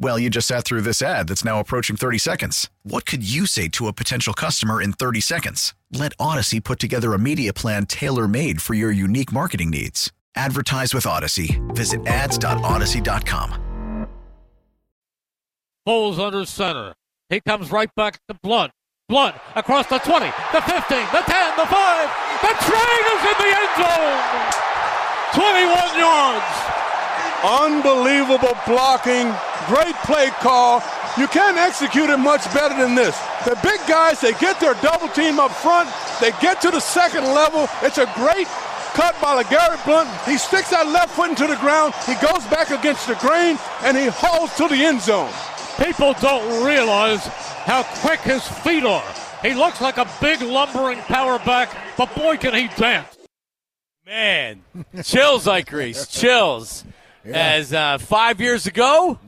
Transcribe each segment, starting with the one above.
Well, you just sat through this ad that's now approaching 30 seconds. What could you say to a potential customer in 30 seconds? Let Odyssey put together a media plan tailor made for your unique marketing needs. Advertise with Odyssey. Visit ads.odyssey.com. Bowles under center. He comes right back to Blunt. Blunt across the 20, the 15, the 10, the 5. The triangle's in the end zone. 21 yards. Unbelievable blocking. Great play call. You can't execute it much better than this. The big guys, they get their double team up front. They get to the second level. It's a great cut by LeGarrette Blunt. He sticks that left foot into the ground. He goes back against the grain, and he hauls to the end zone. People don't realize how quick his feet are. He looks like a big lumbering power back, but boy, can he dance. Man, chills, Ike Reese, chills. As uh, five years ago,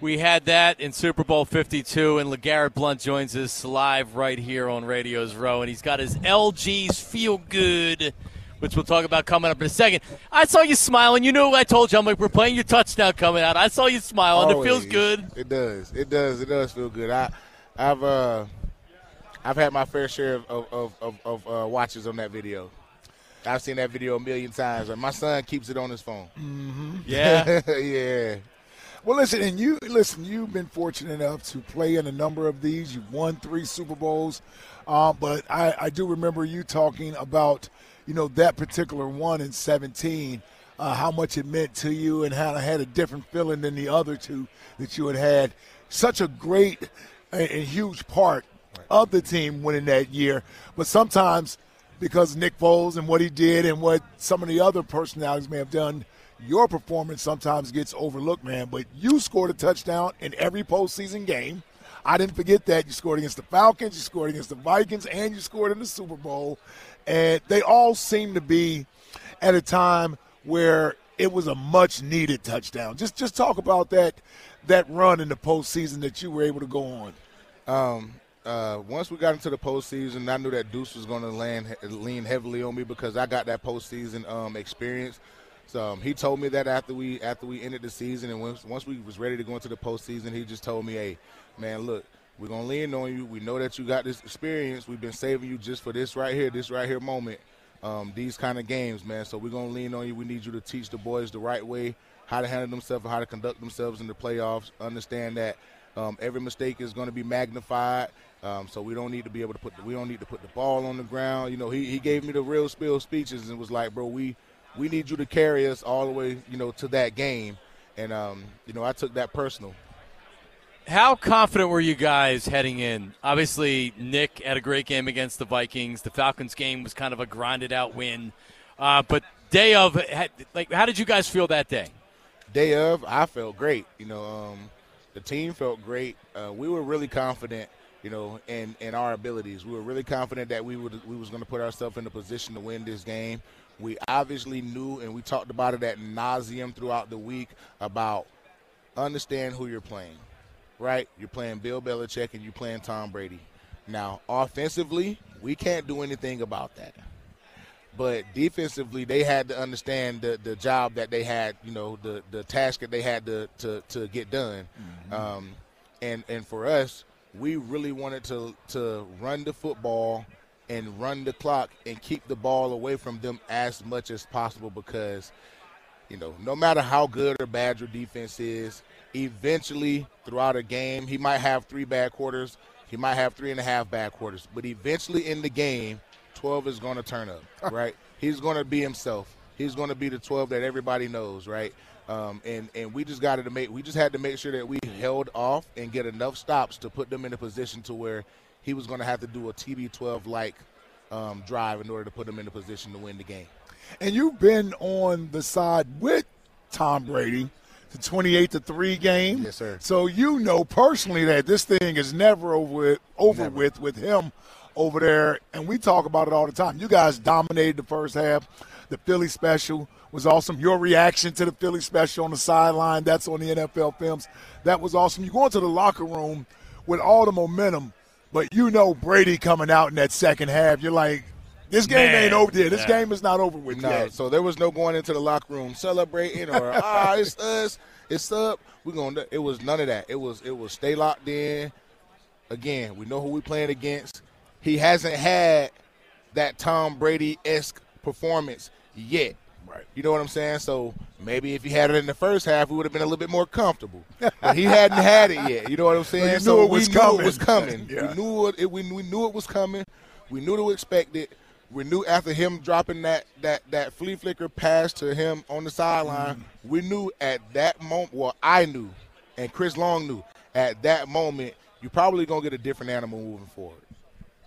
we had that in Super Bowl 52, and LeGarrette Blunt joins us live right here on Radio's Row, and he's got his LG's Feel Good, which we'll talk about coming up in a second. I saw you smiling. You knew I told you. I'm like, we're playing your touchdown coming out. I saw you smiling. Oh, It feels Always. good. It does. It does. It does feel good. I, I've uh, I've had my fair share of of of, of uh, watches on that video. I've seen that video a million times. and My son keeps it on his phone. Yeah. yeah. Well, listen, and you listen. You've been fortunate enough to play in a number of these. You've won three Super Bowls, uh, but I, I do remember you talking about you know that particular one in '17, uh, how much it meant to you, and how it had a different feeling than the other two that you had had. Such a great and, and huge part of the team winning that year, but sometimes because Nick Foles and what he did and what some of the other personalities may have done, your performance sometimes gets overlooked, man. But you scored a touchdown in every postseason game. I didn't forget that. You scored against the Falcons, you scored against the Vikings, and you scored in the Super Bowl. And they all seem to be at a time where it was a much needed touchdown. Just just talk about that that run in the postseason that you were able to go on. Um, uh, once we got into the postseason, I knew that Deuce was going to land lean heavily on me because I got that postseason um, experience. So um, he told me that after we after we ended the season, and once once we was ready to go into the postseason, he just told me, "Hey, man, look, we're gonna lean on you. We know that you got this experience. We've been saving you just for this right here, this right here moment, um, these kind of games, man. So we're gonna lean on you. We need you to teach the boys the right way, how to handle themselves, and how to conduct themselves in the playoffs. Understand that um, every mistake is going to be magnified. Um, so we don't need to be able to put the, we don't need to put the ball on the ground. You know, he, he gave me the real spill speeches and was like, bro, we we need you to carry us all the way, you know, to that game. And um, you know, I took that personal. How confident were you guys heading in? Obviously, Nick had a great game against the Vikings. The Falcons game was kind of a grinded out win. Uh, but day of, had- like, how did you guys feel that day? Day of, I felt great. You know, um, the team felt great. Uh, we were really confident. You know, in, in our abilities, we were really confident that we would we was going to put ourselves in a position to win this game. We obviously knew, and we talked about it at nauseum throughout the week about understand who you're playing, right? You're playing Bill Belichick and you're playing Tom Brady. Now, offensively, we can't do anything about that. But defensively, they had to understand the, the job that they had, you know, the, the task that they had to, to, to get done. Um, and, and for us, we really wanted to, to run the football and run the clock and keep the ball away from them as much as possible because you know, no matter how good or bad your defense is, eventually throughout a game, he might have three bad quarters, he might have three and a half bad quarters, but eventually in the game, 12 is going to turn up, right? He's going to be himself. He's going to be the 12 that everybody knows, right? Um, and and we just got to make we just had to make sure that we held off and get enough stops to put them in a position to where he was going to have to do a TB12 like um, drive in order to put him in a position to win the game. And you've been on the side with Tom Brady, the 28 to 3 game. Yes, sir. So you know personally that this thing is never over with, over with with him over there and we talk about it all the time. You guys dominated the first half. The Philly special was awesome. Your reaction to the Philly special on the sideline, that's on the NFL films. That was awesome. You go into the locker room with all the momentum, but you know Brady coming out in that second half. You're like, this game Man, ain't over yet. This yeah. game is not over with No, yet. so there was no going into the locker room celebrating or ah, it's us, it's up. We're gonna. It was none of that. It was it was stay locked in. Again, we know who we playing against. He hasn't had that Tom Brady esque performance yet. Right. You know what I'm saying? So maybe if he had it in the first half, we would have been a little bit more comfortable. But he hadn't had it yet. You know what I'm saying? you so knew it we was knew coming. it was coming. Yeah. We knew it, it- we, we knew it was coming. We knew to expect it. We knew after him dropping that that that flea flicker pass to him on the sideline, Mm. we knew at that moment. Well, I knew, and Chris Long knew at that moment. You're probably gonna get a different animal moving forward.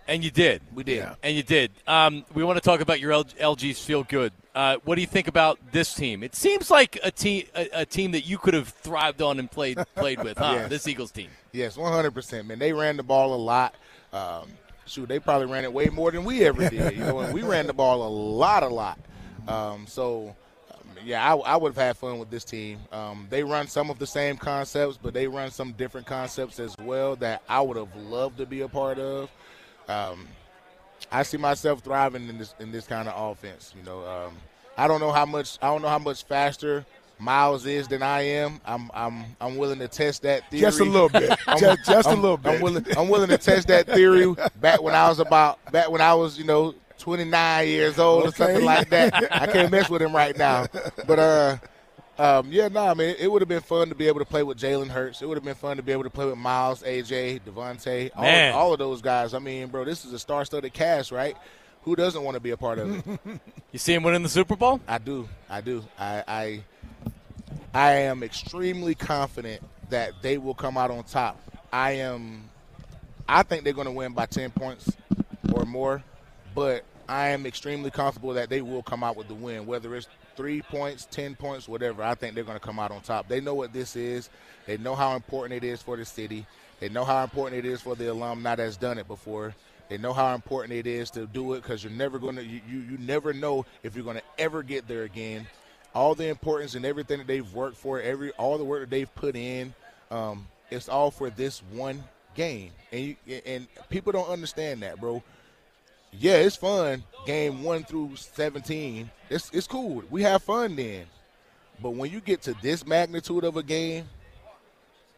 And you did. We did. And you did. Um, we want to talk about your L- LG's feel good. Uh, what do you think about this team? It seems like a team, a, a team that you could have thrived on and played played with. Huh? Yes. This Eagles team. Yes, 100%. Man, they ran the ball a lot. Um, shoot, they probably ran it way more than we ever did. You know, and we ran the ball a lot, a lot. Um, so, um, yeah, I, I would have had fun with this team. Um, they run some of the same concepts, but they run some different concepts as well that I would have loved to be a part of. Um, I see myself thriving in this in this kind of offense. You know, um, I don't know how much I don't know how much faster Miles is than I am. I'm I'm I'm willing to test that theory. Just a little bit. just just a little bit. I'm willing, I'm willing to test that theory back when I was about back when I was, you know, 29 years old or something like that. I can't mess with him right now. But uh um, yeah, no, nah, I mean, it would have been fun to be able to play with Jalen Hurts. It would have been fun to be able to play with Miles, AJ, Devontae, Man. all, all of those guys. I mean, bro, this is a star-studded cast, right? Who doesn't want to be a part of it? You see him winning the Super Bowl? I do. I do. I, I I am extremely confident that they will come out on top. I am I think they're going to win by 10 points or more, but I am extremely comfortable that they will come out with the win, whether it's 3 points, 10 points, whatever. I think they're going to come out on top. They know what this is. They know how important it is for the city. They know how important it is for the alumni that's done it before. They know how important it is to do it because you're never going to you, you you never know if you're going to ever get there again. All the importance and everything that they've worked for, every all the work that they've put in, um, it's all for this one game. And you, and people don't understand that, bro. Yeah, it's fun. Game one through seventeen, it's it's cool. We have fun then. But when you get to this magnitude of a game,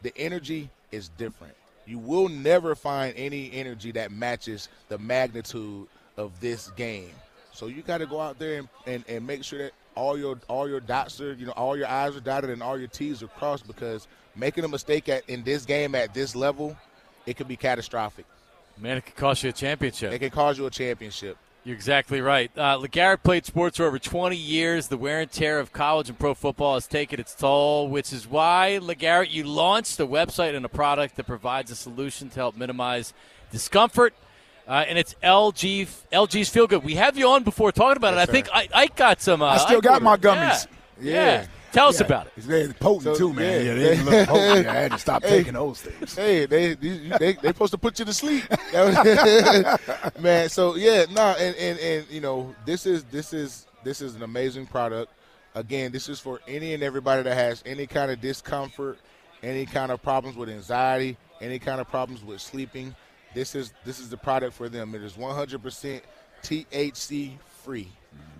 the energy is different. You will never find any energy that matches the magnitude of this game. So you got to go out there and, and, and make sure that all your all your dots are you know all your I's are dotted and all your T's are crossed because making a mistake at in this game at this level, it could be catastrophic. Man, it could cost you a championship. It can cause you a championship. You're exactly right. Uh, LeGarrette played sports for over 20 years. The wear and tear of college and pro football has taken its toll, which is why, LeGarrette, you launched a website and a product that provides a solution to help minimize discomfort. Uh, and it's LG, LG's Feel Good. We have you on before talking about it. I think I, I got some. Uh, I still got my gummies. Yeah. Yeah. Yeah. Tell us about it. It's very So, potent too, man. yeah. Yeah, they look potent. I had to stop Hey. taking those things. Hey, they they they they supposed to put you to sleep, man. So yeah, nah, and, and and you know this is this is this is an amazing product. Again, this is for any and everybody that has any kind of discomfort, any kind of problems with anxiety, any kind of problems with sleeping. This is this is the product for them. It is 100% THC free.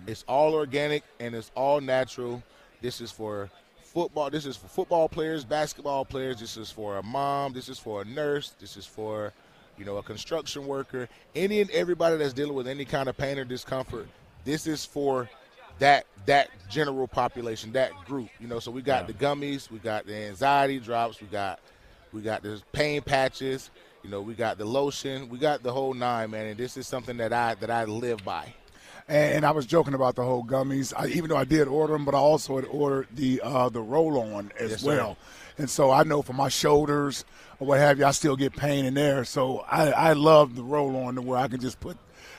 It's all organic and it's all natural. This is for football. This is for football players, basketball players. This is for a mom. This is for a nurse. This is for, you know, a construction worker. Any and everybody that's dealing with any kind of pain or discomfort. This is for that that general population, that group. You know, so we got the gummies, we got the anxiety drops, we got we got the pain patches. You know, we got the lotion, we got the whole nine, man. And this is something that I that I live by. And, and I was joking about the whole gummies, I, even though I did order them, but I also had ordered the uh, the roll on as Yes, sir. well. And so I know for my shoulders or what have you, I still get pain in there. So I, I love the roll on to where I can just put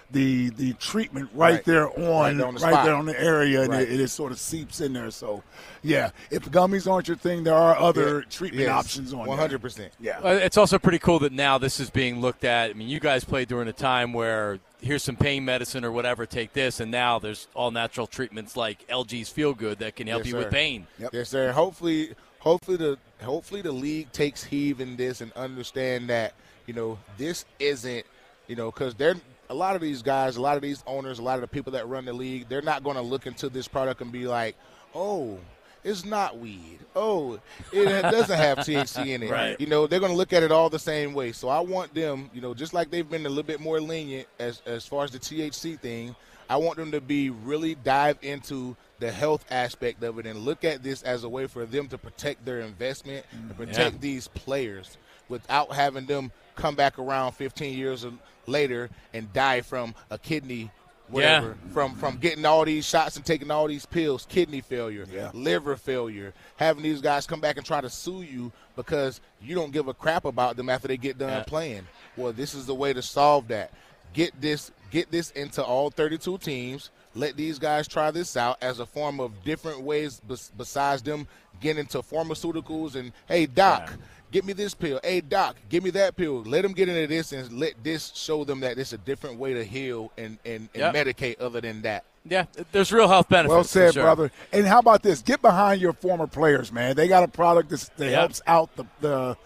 the the treatment right, Right. there Right on there on the right spot. there on the area, and Right. it, it just sort of seeps in there. So yeah, if gummies aren't your thing, there are other Yeah. treatment Yes. options on there. 100%. Yeah. Well, Uh, It's also pretty cool that now this is being looked at. I mean, you guys played during a time where here's some pain medicine or whatever, take this, and now there's all natural treatments like LG's Feel Good that can help Yes, you sir. with pain. Yes, sir. Hopefully, hopefully the hopefully the league takes heed in this and understand that you know this isn't you know because they're a lot of these guys, a lot of these owners, a lot of the people that run the league, they're not going to look into this product and be like, oh. It's not weed. Oh, it doesn't have THC in it. Right. You know, they're going to look at it all the same way. So I want them, you know, just like they've been a little bit more lenient as as far as the THC thing, I want them to be really dive into the health aspect of it and look at this as a way for them to protect their investment and protect these players without having them come back around 15 years or- later and die from a kidney whatever from from getting all these shots and taking all these pills kidney failure liver failure having these guys come back and try to sue you because you don't give a crap about them after they get done Yeah. playing well this is the way to solve that get this get this into all 32 teams let these guys try this out as a form of different ways bes- besides them getting into pharmaceuticals and hey doc Give me this pill. Hey, doc, give me that pill. Let them get into this and let this show them that it's a different way to heal and, and, and Yep. medicate other than that. Yeah, there's real health benefits. Well for said, sure. brother. And how about this? Get behind your former players, man. They got a product that's, that Yeah. helps out the, the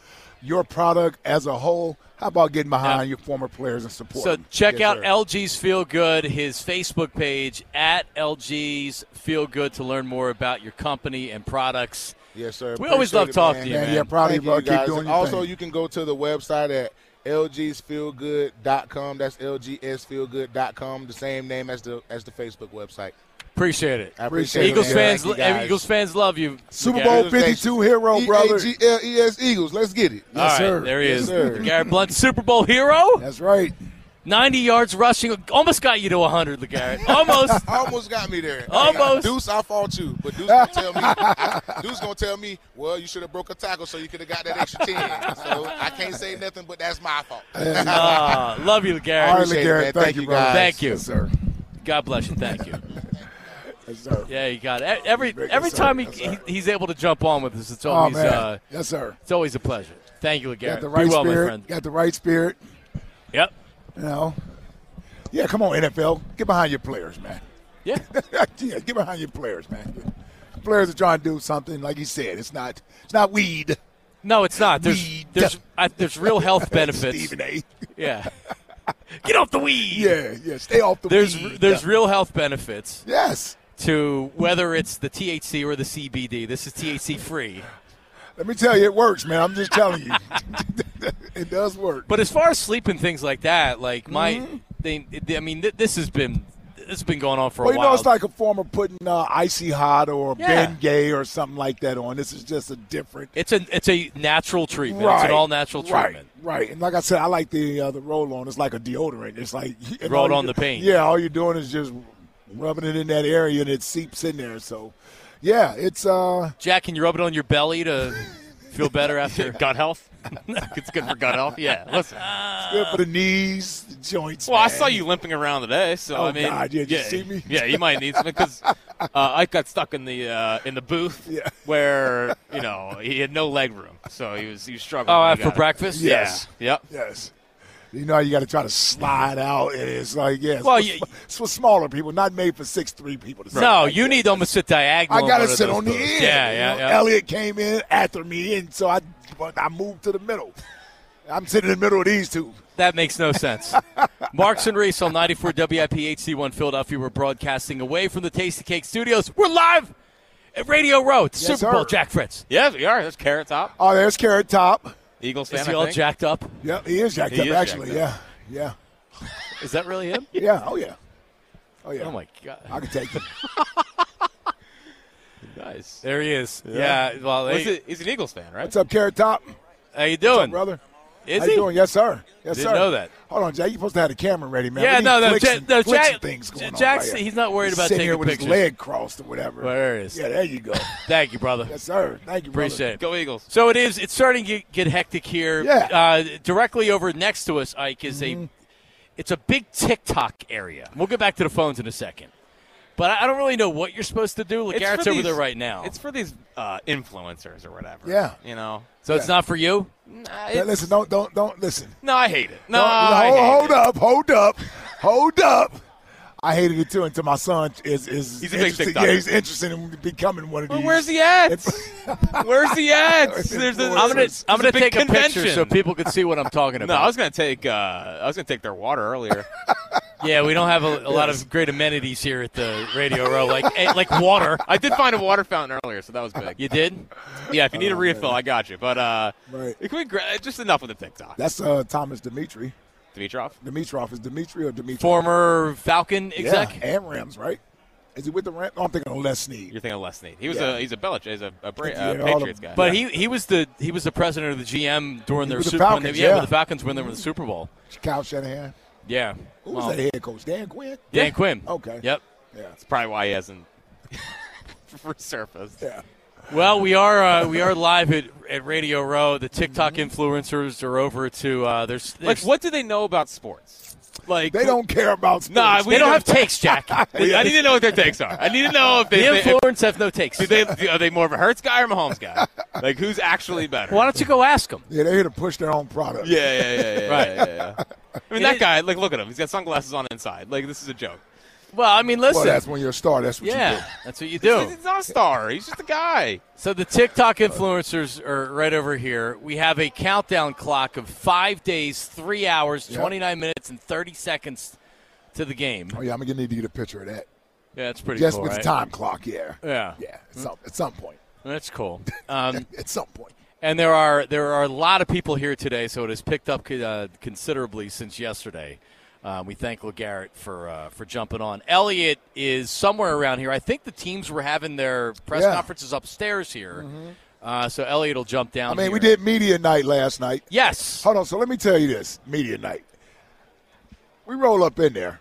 your product as a whole. How about getting behind your former players and support? So them? check Yes, out sir. LG's Feel Good, his Facebook page at LG's Feel Good to learn more about your company and products. Yes, sir. We always Appreciate love it, talking to you, man, man. yeah, probably Thank you, bro, keep guys. doing your also, thing. you can go to the website at lgsfeelgood.com. That's lgsfeelgood.com, the same name as the as the Facebook website. Appreciate it. I appreciate Appreciate Eagles it. man. fans, Thank you, guys. Eagles fans love you. Super Bowl Garrett. 52 hero, E brother. E-A-G-L-E-S Eagles. Let's get it. All right, sir. there he Yes, is. sir. Garrett Blunt, Super Bowl hero. That's right. 90 yards rushing. Almost got you to 100, LeGarrett. Almost. Almost got me there. Almost. Deuce, I fought you, but Deuce gonna tell me. I- Deuce gonna tell me. Well, you should have broke a tackle, so you could have got that extra ten. So I can't say nothing, but that's my fault. Uh, Ah, love you, LeGarrett. All right, appreciate it, man. LeGarrette, thank, Thank you, you, brother. guys. Thank you. Yes, sir. God bless you. Thank you. Yes, sir. Yeah, you got it. E-, Every, Yes, every sir. time he, Yes, he, sir. he's able to jump on with us, it's Oh, always, man. uh, yes, sir. it's always a pleasure. Thank you, LeGarrett. Got the right Be well, my spirit. friend. Got the right spirit. Yep. You know. Yeah, come on, NFL. Get behind your players, man. Yeah. yeah, get behind your players, man. Players are trying to do something, like you said. It's not. It's not weed. No, it's not. There's Weed. there's I, there's real health benefits. Stephen A. Yeah. Get off the weed. Yeah, yeah. Stay off the There's weed. there's real health benefits. yes. to whether it's the THC or the CBD. This is THC free. Let me tell you, it works, man. I'm just telling you, it does work. But as far as sleep and things like that, like my, Mm-hmm. they, I mean, th- this has been this has been going on for Well, a you while. know, it's like a form of putting uh, icy hot or Yeah. Ben Gay or something like that on. This is just a different. it's a it's a natural treatment. It's an all natural treatment. Right, right. And like I said, I like the uh, the roll on. It's like a deodorant. It's like and Roll all you- on the paint. Yeah, all you're doing is just rubbing it in that area and it seeps in there. So, yeah, it's uh, Jack, can you rub it on your belly to feel better after gut health? it's good for gut health. Yeah. Listen, it's good for the knees, the joints. well, man. I saw you limping around today, so Oh, I mean, God, yeah, did you yeah, see me? yeah, you might need something because uh, Ike got stuck in the uh, in the booth Yeah. where you know he had no leg room, so he was he was struggling. Oh, when he after got it. breakfast. Yeah. Yes. Yep. Yes. You know, how you got to try to slide out. and It's like, yes. Well, Well, it's, you- for, it's for smaller people, not made for six three people. To sit No, like you that. need to almost sit diagonal. I in got to one of sit those on the booths. end. Yeah, you yeah, know? yeah. Elliot came in after me, and so I, but I moved to the middle. I'm sitting in the middle of these two. That makes no sense. Marks and Reese on 94 WIPHC1 Philadelphia. We're broadcasting away from the Tasty Cake Studios. We're live at Radio Row. It's Yes, Super Bowl sir. Jack Fritz. Yeah, we are. That's Carrot Top, Oh, there's Carrot Top. Eagles fan. Is he I all think. jacked up? Yep, he is jacked He up. is actually, jacked yeah, Is that really him? yeah, yeah. Oh yeah, oh yeah. Oh my god. I can take it. nice. There he is. Yeah. well, Well, he's, hey, a, he's an Eagles fan, right? What's up, Carrot Top, how you doing? brother? Is How you he? doing? Yes, sir. Yes, Didn't sir. know that. Hold on, Jack. You supposed to have the camera ready, man. Yeah, We need no, no, flicks Jack- and- no, flicks Jack- and things going on Jack's- right here. he's not worried about sitting here taking with his pictures. leg crossed or whatever. There it is. Yeah, there you go. Thank you, brother. yes, sir. Thank you. brother. Appreciate it. Go Eagles. So it is. It's starting to get- get hectic here. Yeah. Mm-hmm. Uh, directly over next to us, Ike is a. It's a big TikTok area. We'll get back to the phones in a second, but I I don't really know what you're supposed to do. It's for Garrett's over these- there right now, It's for these uh, influencers or whatever. Yeah. You know. so it's not for you. Nah, Now, it- listen, don't don't don't listen. no, I hate it. No, Don't- I hold, hate hold it. up, hold up, hold up. I hated it too until my son is is He's a big interested- TikToker. yeah he's interested in becoming one of But these. where's the ads? It's- Where's the ads? There's a, I'm gonna I'm gonna there's a big take a picture convention. so people can see what I'm talking No, about. I was gonna take uh, I was gonna take their water earlier. yeah, we don't have a, a lot of great amenities here at the Radio Row, like eh, like water. I did find a water fountain earlier, so that was big. You did? Yeah, if you need a refill, I got you. But uh, Oh, Right. can we gra- just enough with the TikTok? That's uh, Thomas Dimitri. Dimitrov. Dimitrov is Dimitri or Dimitri? Former Falcon exec. Yeah, and Rams, right? Is he with the Rams? No, I'm thinking of Les Snead. You're thinking of Les Snead. He was Yeah. a he's a Belich, he's a, a, Bra- Yeah, uh, all of Patriots them. guy. But he he was the he was the president of the GM during their was the Super when Falcons, they, yeah, yeah. with the Falcons when they were in the Super Bowl. Kyle Shanahan. Yeah. Who was Well, that head coach? Dan Quinn? Dan Yeah. Quinn. Okay. Yep. Yeah. That's probably why he hasn't resurfaced. Yeah. Well, we are uh, we are live at, at Radio Row. The TikTok Mm-hmm. influencers are over to uh, there's, Like, what do they know about sports? Like, They don't care about sports. Nah, we They don't have takes, Jack. the I need to know what their takes are. I need to know if they, if, influencers have no takes. do they are they more of a Hertz guy or Mahomes guy? Like, who's actually better? Why don't you go ask them? yeah, they're here to push their own product. Yeah, yeah, yeah, yeah, yeah, Right. yeah, yeah. I mean, It that is- guy. Like, look at him. He's got sunglasses on inside. Like, this is a joke. Well, I mean, listen. Well, that's when you're a star. That's what you do. yeah, that's what you do. He's not a star. He's just a guy. So the TikTok influencers are right over here. We have a countdown clock of five days, three hours, Yep. 29 minutes, and 30 seconds to the game. Oh, yeah, I'm going to need to get a picture of that. Yeah, that's pretty Just cool. with right? Hmm. the time clock, yeah. Yeah. Yeah, at some, at some point. That's cool. Um, At some point. and there are there are a lot of people here today, so it has picked up uh, considerably since yesterday. Uh, we thank LeGarrette for uh, for jumping on. Elliot is somewhere around here. I think the teams were having their press Yeah. Mm-hmm. conferences upstairs here. Uh, so Elliot will jump down. I mean, we here. did media night last night. Yes. Hold on. So let me tell you this media night. We roll up in there.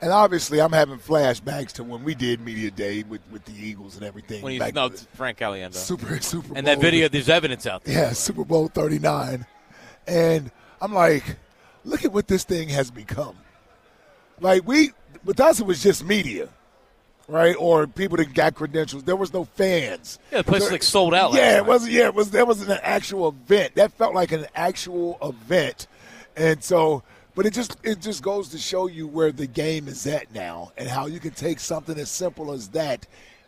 And obviously, I'm having flashbacks to when we did Media Day with, with the Eagles and everything. When he back snubbed with Frank Caliendo. Super, Super And that Bowl. video, there's evidence out there. Yeah, Super Bowl 39. And I'm like, look at what this thing has become. Like, we, with us, it was just media, right? Or people that got credentials. There was no fans. Yeah, the place There- like sold out. yeah, last it night. wasn't. Yeah, it was. There wasn't an actual event. That felt like an actual event, and so. But it just it just goes to show you where the game is at now, and how you can take something as simple as that,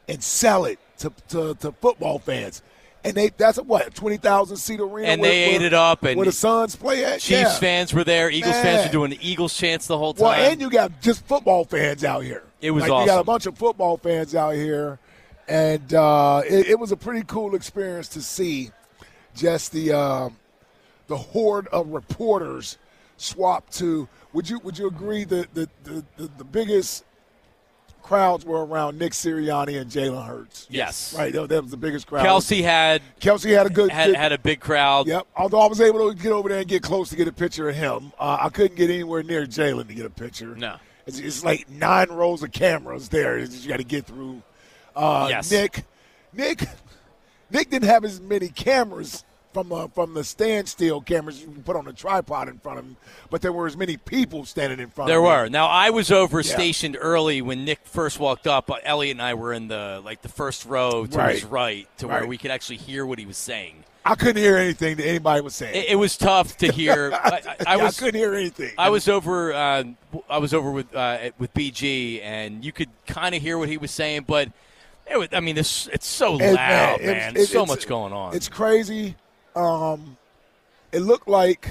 and sell it to to, to football fans, and they that's a, what twenty thousand seat arena, And where- they ate where- it up, and where the Suns play at. Chiefs yeah. fans were there. Eagles fans Man. were doing the Eagles chants the whole time. Well, and you got just football fans out here. It was like, You got a awesome. bunch of football fans out here, and uh, it, it was a pretty cool experience to see just the uh, the horde of reporters swapped to. Would you Would you agree that the the, the, the biggest crowds were around Nick Sirianni and Jalen Hurts? Yes. right. That, that was the biggest crowd. Kelsey had Kelsey had a good had, good- had a big crowd. Yep. Although I was able to get over there and get close to get a picture of him, uh, I couldn't get anywhere near Jalen to get a picture. No. It's, it's like nine rows of cameras there. It's just you got to get through. Uh, Yes. Nick, Nick, Nick didn't have as many cameras from uh, from the standstill cameras you can put on a tripod in front of him, but there were as many people standing in front. There of were. him. Now I was over stationed early when Nick first walked up. Uh, Elliot and I were in the like the first row to Right. his right, to where Right. we could actually hear what he was saying. I couldn't hear anything that anybody was saying. It, it was tough to hear. I, I, I Yeah, was couldn't hear anything. I was over. Uh, I was over with uh, at- with BG, and you could kind of hear what he was saying, but it was, I mean, this it's so It- loud, it- man. it- There's so it's- much going on. It's crazy. Um, it looked like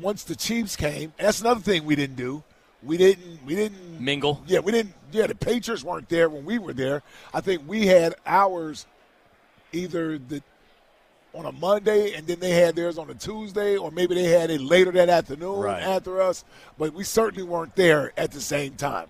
once the Chiefs came. That's another thing we didn't do. We didn't. We didn't Mingle. Yeah, we didn't. Yeah, the Patriots weren't there when we were there. I think we had ours either the on a Monday, and then they had theirs on a Tuesday, or maybe they had it later that afternoon Right. after us. But we certainly weren't there at the same time.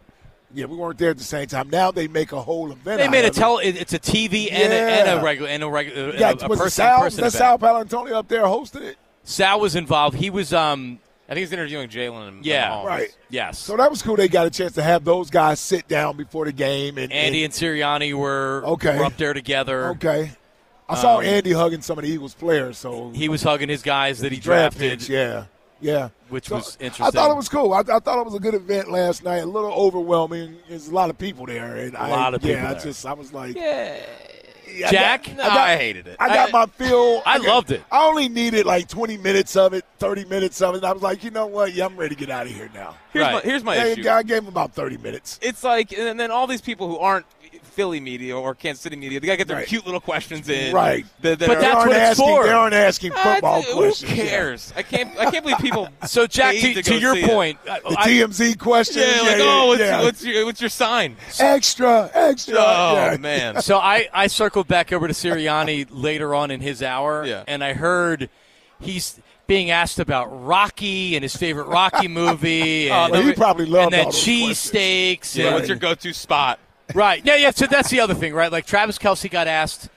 Yeah, we weren't there at the same time. Now they make a whole event. They out made a of it. tell. it- It's a TV and, a, and Yeah. a regular and a regular and Yeah, a, a was it person, Sal? person that event. Sal Palantonio up there hosted it? Sal was involved. He was um, I think he's interviewing Jalen. and- Yeah. and Holmes. Right. Yes. So that was cool. They got a chance to have those guys sit down before the game. And, Andy and Sirianni were, Okay. were up there together. and- okay. I saw Andy hugging some of the Eagles players. So He was hugging his guys that he Draft drafted. picks, yeah, yeah. Which was I interesting. thought it was cool. I, I thought it was a good event last night. A little overwhelming. There's a lot of people there, and I, lot of people Yeah, there. I just I was like, I Jack? got- No, I, got, I hated it. I got my feel. I got- loved it. I only needed like 20 minutes of it, 30 minutes of it. And I was like, you know what? Yeah, I'm ready to get out of here now. Here's Right. my here's my Hey, issue. I gave him about 30 minutes. It's like, and then all these people who aren't Philly media or Kansas City media, they gotta get their Right. cute little questions in. Right. That, that But are- they that's aren't what it's asking, for. They aren't asking Uh, football who questions. yeah. cares? I can't. I can't believe people. So, Jack, paid to, go to your see it. point, I- The I- TMZ questions. Yeah, like yeah, oh, what's, yeah. what's your what's your sign? extra, extra. Oh yeah. man. so I, I circled back over to Sirianni later on in his hour, Yeah. and I heard he's being asked about Rocky and his favorite Rocky movie. And, Well, Oh, he probably loved and then all those cheese steaks. Yeah, and- what's your go-to spot? Right. Yeah, yeah. So that's the other thing, right? Like Travis Kelsey got asked.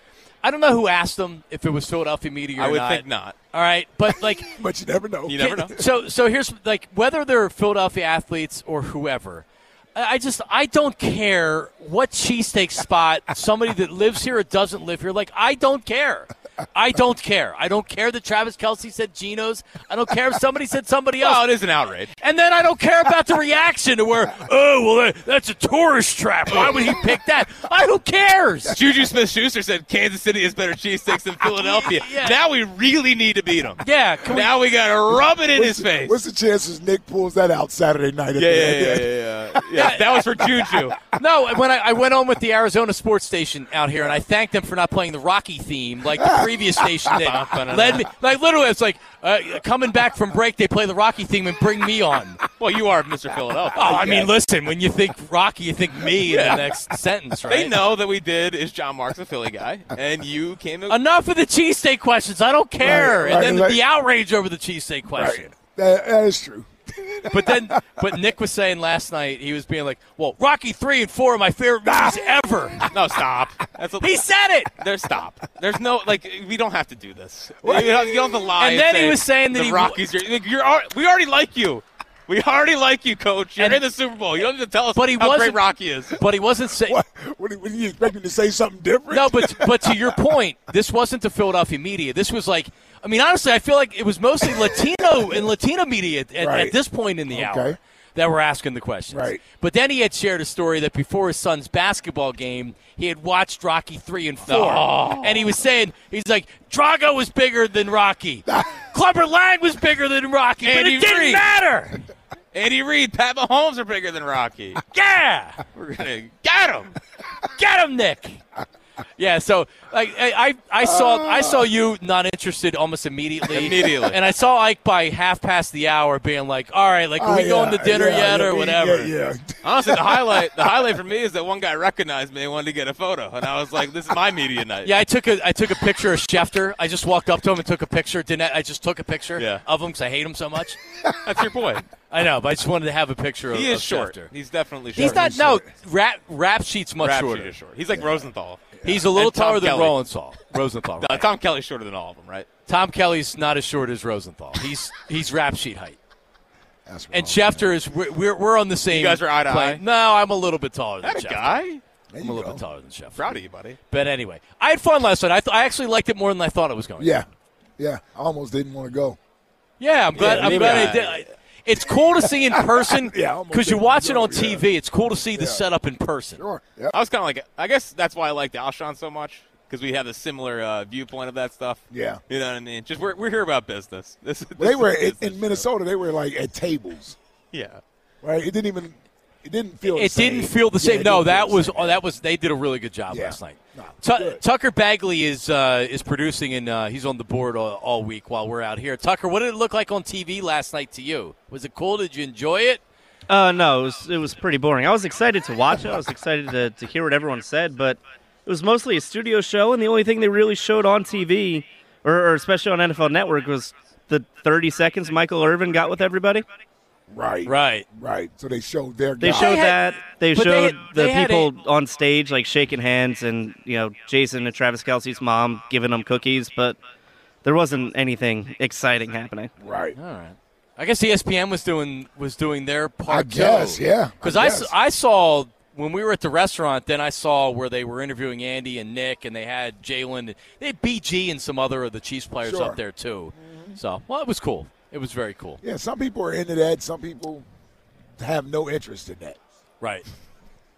I don't know who asked him if it was Philadelphia media. Or I would think not. All right, but like, But you never know. You never know. so so here's like whether they're Philadelphia athletes or whoever. I I just I don't care what cheesesteak spot somebody that lives here or doesn't live here. Like I don't care. I don't care. I don't care that Travis Kelsey said Geno's. I don't care if somebody said somebody else. Oh, it is an outrage. And then I don't care about the reaction to where, oh, well, that- that's a tourist trap. Why would he pick that? I who cares? Juju Smith-Schuster said Kansas City has better cheesesteaks than Philadelphia. Yeah. Now we really need to beat them. Yeah, can we- now we got to rub it in his face. What's the chances Nick pulls that out Saturday night? at yeah, the yeah, end? yeah, yeah, yeah. yeah. That was for Juju. No, when I, I went on with the Arizona sports station out here, and I thanked them for not playing the Rocky theme like the previous station that led me. Like literally, it's like uh, coming back from break, they play the Rocky theme and bring me on. Well, you are Mr. Philadelphia. Oh, I mean, listen, when you think Rocky, you think me in the next sentence, right? They know that we did is John Marks a Philly guy, and you came. To- Enough of the cheesesteak questions. I don't care. right, and then right. the outrage over the cheesesteak question. That- that is true. But then, but Nick was saying last night he was being like, "Well, Rocky three and four are my favorite movies ever." no, stop. That's what He said it. There's stop. There's no like. We don't have to do this. You don't, you don't have to lie. And then he say was saying that the he- Rockies. Are, like, you're al- we already like you. We already like you, Coach. You're And- in the Super Bowl. You don't need to tell us But he how great wasn't- Rocky is. But he wasn't saying. What? What, do- what do you expect me to say something different? No, but but to your point, this wasn't the Philadelphia media. This was like, I mean, honestly, I feel like it was mostly Latino and Latina media at, at, Right. at this point in the hour Okay. that were asking the questions. Right. But then he had shared a story that before his son's basketball game, he had watched Rocky three and four, Oh. and he was saying he's like Drago was bigger than Rocky, Clubber Lang was bigger than Rocky, but Andy it didn't Reid. matter. Andy Reid, Pat Mahomes are bigger than Rocky. Yeah. We're gonna get him. Get him, Nick. Yeah, so like I, I, I saw I saw Uh. you not interested almost immediately. Immediately. and I saw Ike by half past the hour being like, "All right, like are Oh, we yeah, going to dinner yeah, yet yeah, or yeah, whatever?" Yeah, yeah. Honestly, the highlight the highlight for me is that one guy recognized me and wanted to get a photo, and I was like, "This is my media night." Yeah, I took a I took a picture of Schefter. I just walked up to him and took a picture. Didn't I, I just took a picture Yeah. of him because I hate him so much. that's your boy. I know, but I just wanted to have a picture of. He is of short. Schefter. He's definitely short. He's not. No, rap rap sheet's much Rap shorter. sheet is short. He's like Rosenthal. He's a little And Tom taller than Kelly. Rosenthal. Rosenthal. Uh, Tom Kelly's shorter than all of them, right? Tom Kelly's not as short as Rosenthal. He's he's rap sheet height. That's wrong. And Schefter is we're, we're we're on the same. Oh, guys are eye to plane. eye? No, I'm a little bit taller than That Schefter. guy. There I'm you a little go. bit taller than Schefter. Proud of you, buddy. But anyway, I had fun last night. I, th- I actually liked it more than I thought it was going. to. Yeah, yeah. I almost didn't want to go. yeah. I'm glad. Yeah, I'm maybe glad I I- did. I, it's cool to see in person Yeah, I almost because you didn't watch it go, on yeah. TV. It's cool to see the Yeah. setup in person. Sure. Yep. I was kind of like, I guess that's why I liked Alshon so much because we have a similar uh, viewpoint of that stuff. Yeah. you know what I mean. Just we're, we're here about business. This, this Well, they is were a in, business in show. Minnesota. They were like at tables, Yeah, right? It didn't even. It didn't feel. the It same. didn't feel the Yeah, same. it no, didn't that feel the was same. oh, that was they did a really good job Yeah. last night. No, Tu- good. Tucker Bagley is uh, is producing and uh, he's on the board all, all week while we're out here. Tucker, what did it look like on TV last night to you? Was it cool? Did you enjoy it? Uh, no, it was it was pretty boring. I was excited to watch it. I was excited to, to hear what everyone said, but it was mostly a studio show, and the only thing they really showed on TV, or, or especially on NFL Network, was the 30 seconds Michael Irvin got with everybody. right, right, Right. right. So they showed their. They guy. showed They had- that. They but showed they had- they the had people on stage like shaking hands, and you know Jason and Travis Kelsey's mom giving them cookies, but there wasn't anything exciting happening. Right. All right. I guess E ESPN was doing was doing their part. I guess, too. yeah, I Because Oh. I, guess. s- I saw when we were at the restaurant. Then I saw where they were interviewing Andy and Nick, and they had Jalen. They had BG and some other of the Chiefs players Sure. Mm-hmm. up there too. So well, it was cool. It was very cool. Yeah, some people are into that. Some people have no interest in that. Right.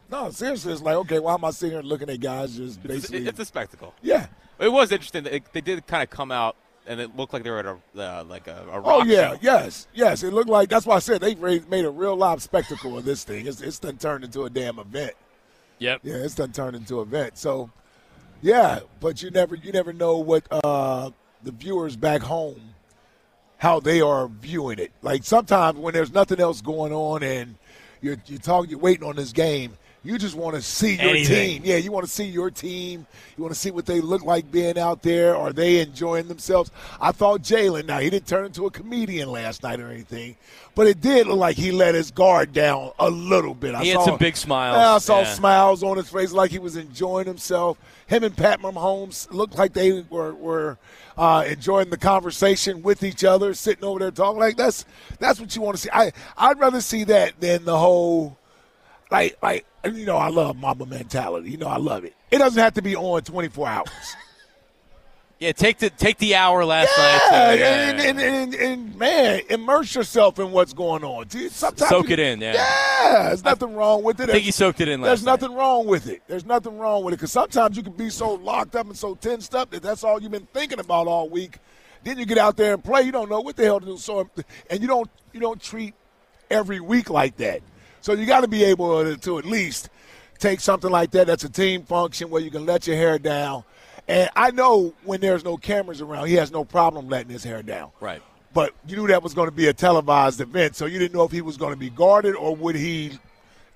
No, seriously, it's like, okay, why am I sitting here looking at guys just It's, basically? it's a spectacle. Yeah. It was interesting. That it, they did kind of come out, and it looked like they were at a uh, like a, a oh rock yeah, show. yes, yes. It looked like that's why I said they ra- made a real live spectacle of this thing. It's it's done turned into a damn event. Yep. Yeah, it's done turned into an event. So, yeah, but you never you never know what uh, the viewers back home how they are viewing it. Like sometimes when there's nothing else going on and you're you talking, you're waiting on this game. You just want to see your Anything. team. Yeah, you want to see your team. You want to see what they look like being out there. Are they enjoying themselves? I thought Jalen. Now he didn't turn into a comedian last night or anything, but it did look like he let his guard down a little bit. I He had saw, some big smiles. Yeah, I saw Yeah. smiles on his face, like he was enjoying himself. Him and Pat Mahomes looked like they were were uh, enjoying the conversation with each other, sitting over there talking. Like that's that's what you want to see. I I'd rather see that than the whole like like you know I love mama mentality. You know I love it. It doesn't have to be on twenty four hours. Yeah. Take the take the hour last Yeah, night. uh, to- and, and, and, and man, immerse yourself in what's going on. Dude, Sometimes Soak you- it in, yeah. yeah, there's nothing wrong with it. I think he soaked it in There's last night. nothing wrong with it. There's nothing wrong with it because sometimes you can be so locked up and so tensed up that that's all you've been thinking about all week. Then you get out there and play, you don't know what the hell to do. So, and you don't you don't treat every week like that. So you got to be able to, to at least take something like that. That's a team function where you can let your hair down. And I know when there's no cameras around, he has no problem letting his hair down. Right. But you knew that was going to be a televised event, so you didn't know if he was going to be guarded or would he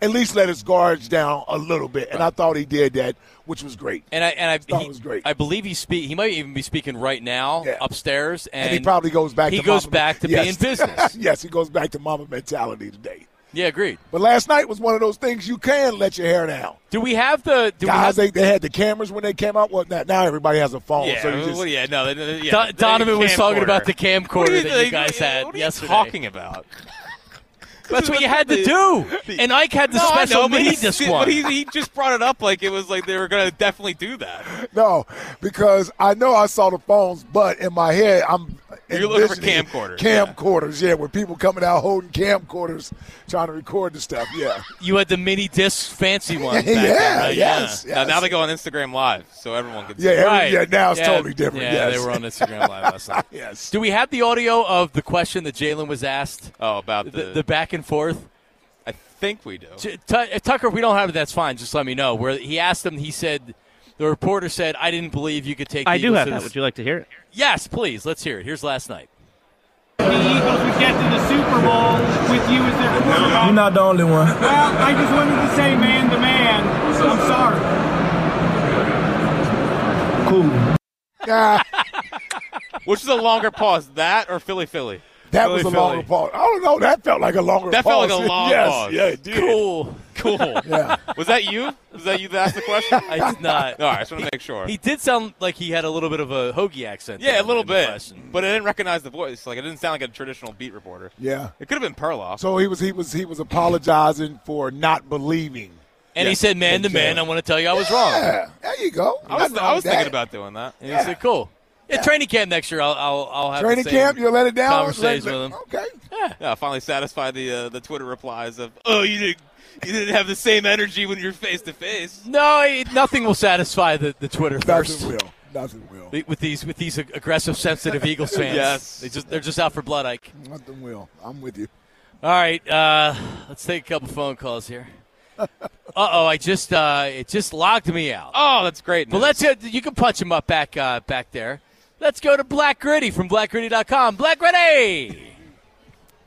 at least let his guards down a little bit. And I thought he did that, which was great. And I and I Thought it he- was great. I believe he speak. He might even be speaking right now upstairs, and, And, he probably goes back. He to goes mama- back to Yes. being business. yes, he goes back to mama mentality today. yeah, agreed. But last night was one of those things you can let your hair down. Do we have the do we Guys, have- they, they had the cameras when they came out. Well, now, now everybody has a phone, Yeah, so you well, just yeah, no, they- they- yeah, Don- they- Donovan was talking about the camcorder What are that you like, guys had What are yesterday. you talking about? That's what you had to do. And Ike had the No, I special know, but mini he- disc But one. he, he just brought it up like it was like they were going to definitely do that. no, because I know I saw the phones, but in my head I'm You're looking for envisioning camcorders, yeah. Camcorders, yeah. with people coming out holding camcorders trying to record the stuff. Yeah, You had the mini disc fancy one. back Yeah, then, right? yes, Now, now they go on Instagram Live, so everyone can. see yeah, it. every- yeah. Now it's Yeah, totally different. Yeah, yes. they were on Instagram Live last night. yes. Do we have the audio of the question that Jalen was asked? Oh, about The, the. the back and forth? I think we do. J- Tu- if Tucker, if we don't have it, that's fine. Just let me know. Where he asked him, he said, the reporter said, I didn't believe you could take I the do Eagles have to that. the- Would you like to hear it? Yes, please. Let's hear it. Here's last night. the Eagles would get to the Super Bowl with you as their quarterback. You're not the only one. Well, I just wanted to say, man to man, I'm sorry. Cool. Which is a longer pause, that or Philly Philly? That Philly, was a Philly. longer pause. I don't know. That felt like a longer. That pause. felt like a long yes, pause. Yeah, it did. Cool. Cool. Yeah. Was that you? Was that you that asked the question? I did not. All right, I just want to make sure. He did sound like he had a little bit of a hoagie accent. yeah, there a little in the bit, question. but I didn't recognize the voice. Like it didn't sound like a traditional beat reporter. Yeah. It could have been Perloff. So he was he was he was apologizing for not believing. And he said, man to man, I want to tell you I was Yeah, wrong. there you go. I was, Nothing I wrong with was thinking that. about doing that. And he said, cool. Yeah, training camp next year, I'll, I'll, I'll have the training same camp. You let it down. Conversation Let- with him. Okay. Yeah, I finally satisfied the uh, the Twitter replies of, "Oh, you didn't you didn't have the same energy when you're face to face." No, it- nothing will satisfy the, the Twitter thirst. Nothing will. Nothing will. With these with these ag- aggressive, sensitive Eagles fans. Yes. They just, they're just out for blood, Ike. Nothing will. I'm with you. All right, uh, let's take a couple phone calls here. Uh oh, I just uh, it just logged me out. Oh, that's great. But news. let's uh, you can punch him up back uh, back there. Let's go to Black Gritty from BlackGritty.com. Black Gritty.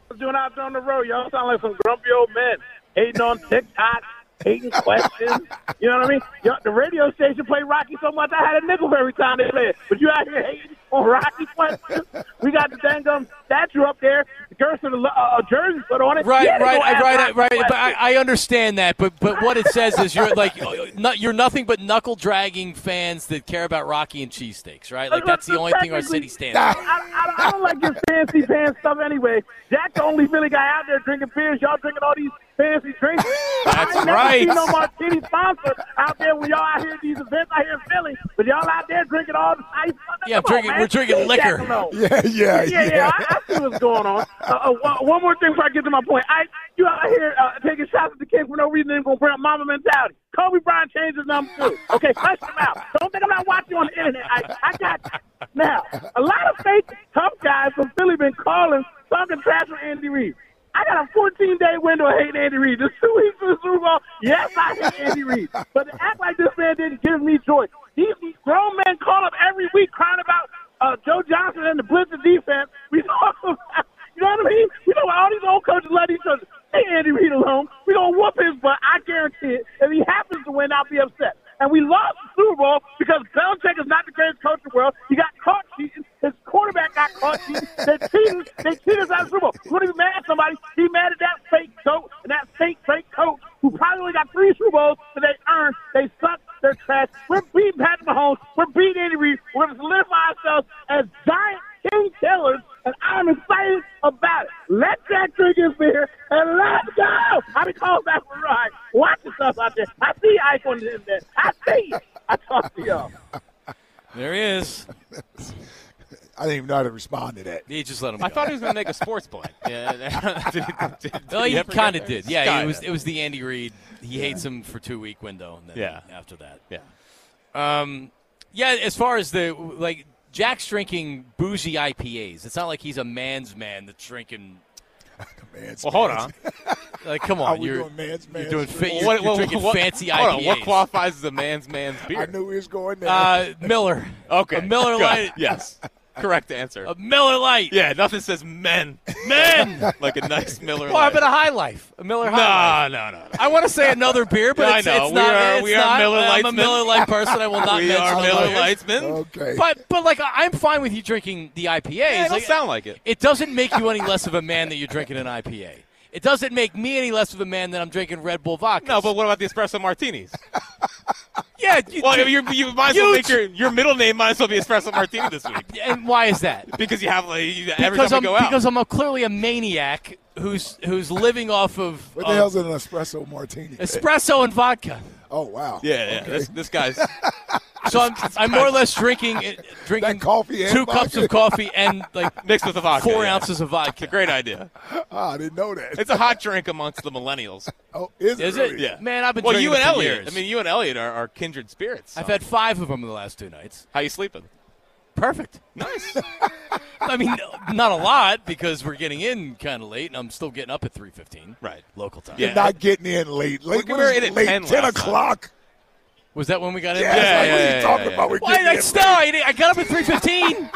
was doing out there on the road. Y'all sound like some grumpy old men hating on TikTok, hating questions. You know what I mean? Y'all, the radio station played Rocky so much I had a nickel for every time they played it. But you out here hating on Rocky questions? We got the dang gum statue up there Gerson a, a jersey put on it. Right, Yeah, they right, gonna ask right, right. Rocky But questions. I, I understand that. But but what it says is you're like not, you're nothing but knuckle dragging fans that care about Rocky and cheesesteaks, right? Like that's the only thing our city stands. I, for. I, I don't like this fancy pants stuff anyway. Jack's the only really guy out there drinking beers. Y'all drinking all these fancy drinks. I ain't right. never seen no martini sponsor out there when y'all out here at these events out here in Philly. But y'all out there drinking all this ice. Yeah, Come on, drinking- man. we're drinking Leave liquor. Jack alone. Yeah, yeah, yeah, yeah. yeah. I, I see what's going on. Uh, uh, one, one more thing before I get to my point. I you out here uh, taking shots at the kid for no reason. Ain't gonna bring up mama mentality. Kobe Bryant changed his number too. Okay, flush him out. Don't think I'm not watching you on the internet. I, I got you. now a lot of fake tough guys from Philly been calling talking trash on Andy Reid. I got a 14 day window of hating Andy Reid. This two weeks for the Super Bowl, yes, I hate Andy Reid. But to act like this man didn't give me joy. These these grown men call up every week crying about uh, Joe Johnson and the Blizzard defense. We talk about, you know what I mean? You know, all these old coaches let each other. Hey, Andy Reid alone. We gonna whoop his butt. I guarantee it. If he happens to win, I'll be upset. And we lost the Super Bowl because Belichick is not the greatest coach in the world. He got caught cheating. His quarterback got caught cheating. They cheated. They cheated us out of the Super Bowl. You want to be mad at somebody? Be mad at that fake goat and that fake fake coach who probably only got three Super Bowls that they earned. They suck. They're trash. We're beating Patrick Mahomes. We're beating Andy Reid. We're going to solidify ourselves as giant king killers, and I'm excited about it. Let Jack drink his beer and let's go. I be calling back for a ride. Watch yourself out there. I see Ike on the internet. I see you. I talk to y'all. There he is. I didn't even know how to respond to that. You just let him. I thought he was going to make a sports point. Yeah. did, did- did Well, he he ever get kind of there? did. Yeah, Kinda. it was it was the Andy Reid. He hates him for two week window. And then Yeah. After that. Yeah. Um. Yeah. As far as the like, Jack's drinking boozy IPAs. It's not like he's a man's man that's drinking. Well, hold on. Like, come How on, we you're doing man's you're man's doing fa- drink? you're, What- you're what- drinking what- fancy hold IPAs. on, what qualifies as a man's man's beer? I knew he was going there. Uh, Miller. Okay. A Miller Good. Lite. Yes. Correct answer. A Miller Lite. yeah, nothing says men. Men! like a nice Miller Well, I've Lite. been a High Life, a Miller No, High no, no, I want to say another beer, but Yeah, I it's, know. it's We not. are- it's we are not. Miller I'm a Lightsmen. Miller Light person. I will not We mention are other Miller beers. Lightsmen. Okay. But but like I'm fine with you drinking the IPAs. Yeah, it don't like, sound like it. It doesn't make you any less of a man that you're drinking an IPA. It doesn't make me any less of a man that I'm drinking Red Bull vodka. No, but what about the espresso martinis? yeah, you, Well, you you might as well You- make your your middle name might as well be espresso martini this week and why is that? because you have like you, every because time I'm we go out. because I'm a, clearly a maniac who's who's living off of What the of Um, hell's in an espresso martini? espresso and vodka. Oh wow. yeah, yeah. This, this guy's So I'm, I'm more or less drinking eh, drinking coffee and two cups vodka. of coffee and like mixed with a vodka. four yeah. ounces of vodka. It's a great idea. Ah, I didn't know that. It's a hot drink amongst the millennials. oh, is, Is really? it? Yeah. Man, I've been Well, drinking you and it for Elliot. years. I mean, you and Elliot are, are kindred spirits. so. I've had five of them in the last two nights. How you sleeping? Perfect. Nice. I mean, no- not a lot because we're getting in kind of late, and I'm still getting up at three fifteen right. local time. You're not getting in late. Late. We what were is in at late? 10 Ten last time. o'clock. Was that when we got in? Yeah, it's yeah, like, what are yeah, you talking yeah, about? We're Why getting did I in still? I, didn't- I got up at three fifteen.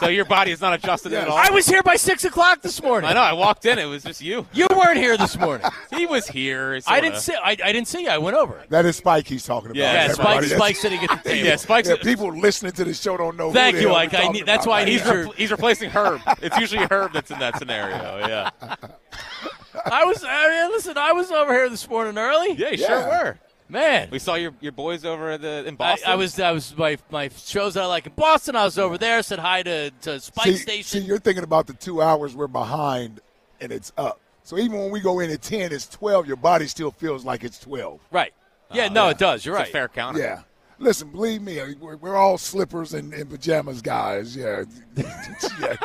So your body is not adjusted at all. I was here by six o'clock this morning. I know. I walked in. It was just you. You weren't here this morning. He was here. I sorta. didn't see. I, I didn't see you. I went over. That is Spike he's talking about. Yeah, Yeah, everybody. Spike. That's- Spike sitting at the table. Yeah, Spike's. yeah, people listening to the show don't know. who Thank the you, hell we're Ike. I talking need- that's about why I right need now. He's, re- he's replacing Herb. It's usually Herb that's in that scenario. Yeah. I was. I mean, listen, I was over here this morning early. Yeah, you sure were. Man, We saw your, your boys over at the in I, Boston. I was I was my my shows that I like in Boston. I was over there, said hi to, to Spike see, Station. See, you're thinking about the two hours we're behind, and it's up. So even when we go in at ten, it's twelve. Your body still feels like it's twelve. right? Yeah, no, it does. You're Uh, It's right. a fair counter. Yeah. Listen, believe me, we're, we're all slippers and, and pajamas guys. Yeah. yeah.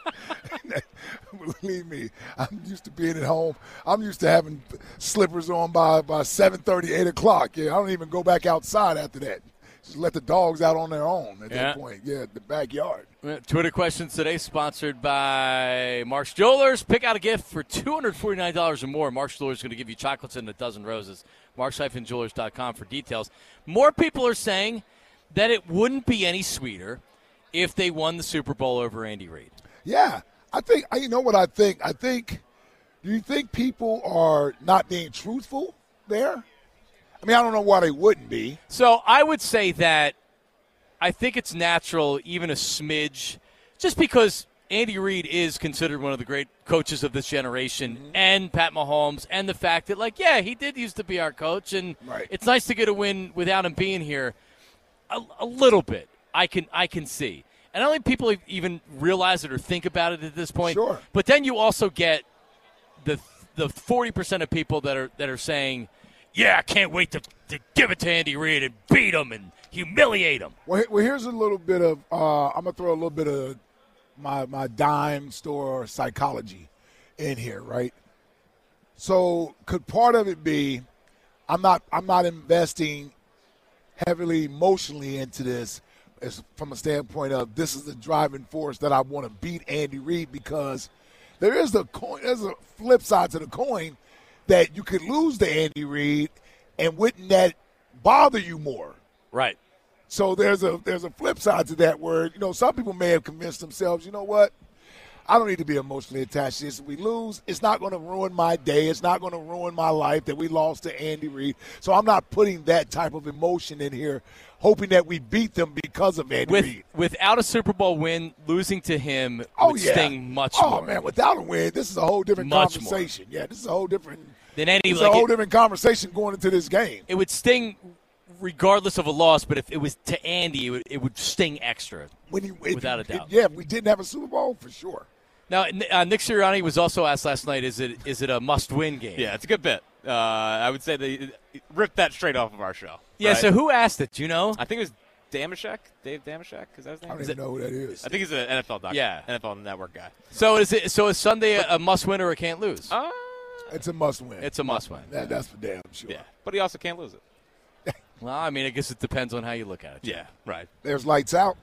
believe me, I'm used to being at home. I'm used to having slippers on by, by 7.30, 8 o'clock. Yeah, I don't even go back outside after that. Just let the dogs out on their own at Yeah. that point. Yeah, the backyard. Uh, Twitter questions today sponsored by Mark's Jewelers. Pick out a gift for $249 or more. Mark's Jewelers is going to give you chocolates and a dozen roses. Marks-jewelers.com for details. More people are saying that it wouldn't be any sweeter if they won the Super Bowl over Andy Reid. Yeah, I think I- you know what I think. I think. Do you think people are not being truthful there? I mean, I don't know why they wouldn't be. So I would say that I think it's natural, even a smidge, just because Andy Reid is considered one of the great coaches of this generation, and Pat Mahomes, and the fact that, like, yeah, he did used to be our coach, and it's nice to get a win without him being here. A, a little bit, I can I can see, and I don't think people e-, even realize it or think about it at this point. Sure. But then you also get the the forty percent of people that are that are saying, "Yeah, I can't wait to, to give it to Andy Reid and beat him and humiliate him." Well, he- well, here's a little bit of uh, I'm gonna throw a little bit of my my dime store psychology in here, right? So could part of it be I'm not I'm not investing heavily emotionally into this as from a standpoint of this is the driving force that I want to beat Andy Reid because there is the coin there's a flip side to the coin that you could lose to Andy Reid and wouldn't that bother you more? Right. So there's a there's a flip side to that word. You know, some people may have convinced themselves, you know what? I don't need to be emotionally attached to this. If we lose, it's not going to ruin my day. It's not going to ruin my life that we lost to Andy Reid. So I'm not putting that type of emotion in here, hoping that we beat them because of Andy With Reid. without a Super Bowl win, losing to him Oh would yeah, sting much oh, more. man, without a win, this is a whole different Much more. conversation. Yeah, this is a whole different. Than any It's like a whole it- different conversation going into this game. it would sting regardless of a loss, but if it was to Andy, it would, it would sting extra, when you, without a doubt. Yeah, if we didn't have a Super Bowl for sure. Now, N- uh, Nick Sirianni was also asked last night: Is it is it a must-win game? Yeah, it's a good bit. Uh, I would say they rip that straight off of our show. Yeah. right? So who asked it? Do you know? I think it was Damashek, Dave Damashek. Is that his name? I don't Is even it- know who that is. I think he's an NFL doctor. Yeah. NFL network guy. Oh. So is it? So is Sunday a, a must-win or a can't lose? it's a must-win. It's a must-win. That, that's for damn sure. Yeah. But he also can't lose it. Well, I mean, I guess it depends on how you look at it. Yeah. Right. There's lights out.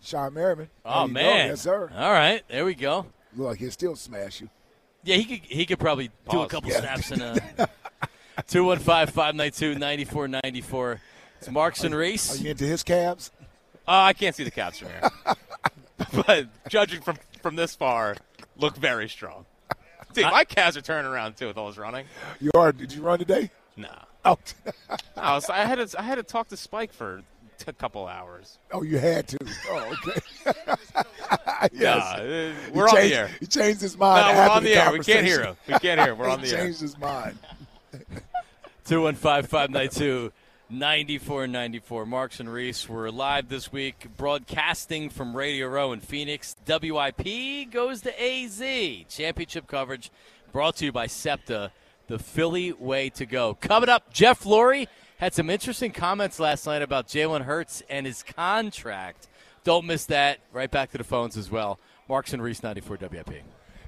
Sean Merriman. There Oh you go. man. yes sir. All right. There we go. Look, he'll still smash you. Yeah, he could he could probably do a Pause. couple Yeah. snaps in a 215-592-9494. It's Marks and Are Reese. you into his calves? Uh, I can't see the caps from here. but judging from, from this far, look very strong. Dude, my calves are turning around too with all this running. You are. Did you run today? No. Oh, I, was, I had to, I had to talk to Spike for t- a couple hours. oh, you had to. Oh, okay. Nah, yes. uh, He we're on changed- the air. He changed his mind. No, we're after on the air. We can't hear conversation. him. We can't hear him. We're on He the air. Changed his mind. 215-592-9494. Marks and Reese were live this week, broadcasting from Radio Row in Phoenix. WIP goes to AZ. Championship coverage brought to you by SEPTA, the Philly way to go. Coming up, Jeff Lurie had some interesting comments last night about Jalen Hurts and his contract. Don't miss that. Right back to the phones as well. Marks and Reese, 94 WIP.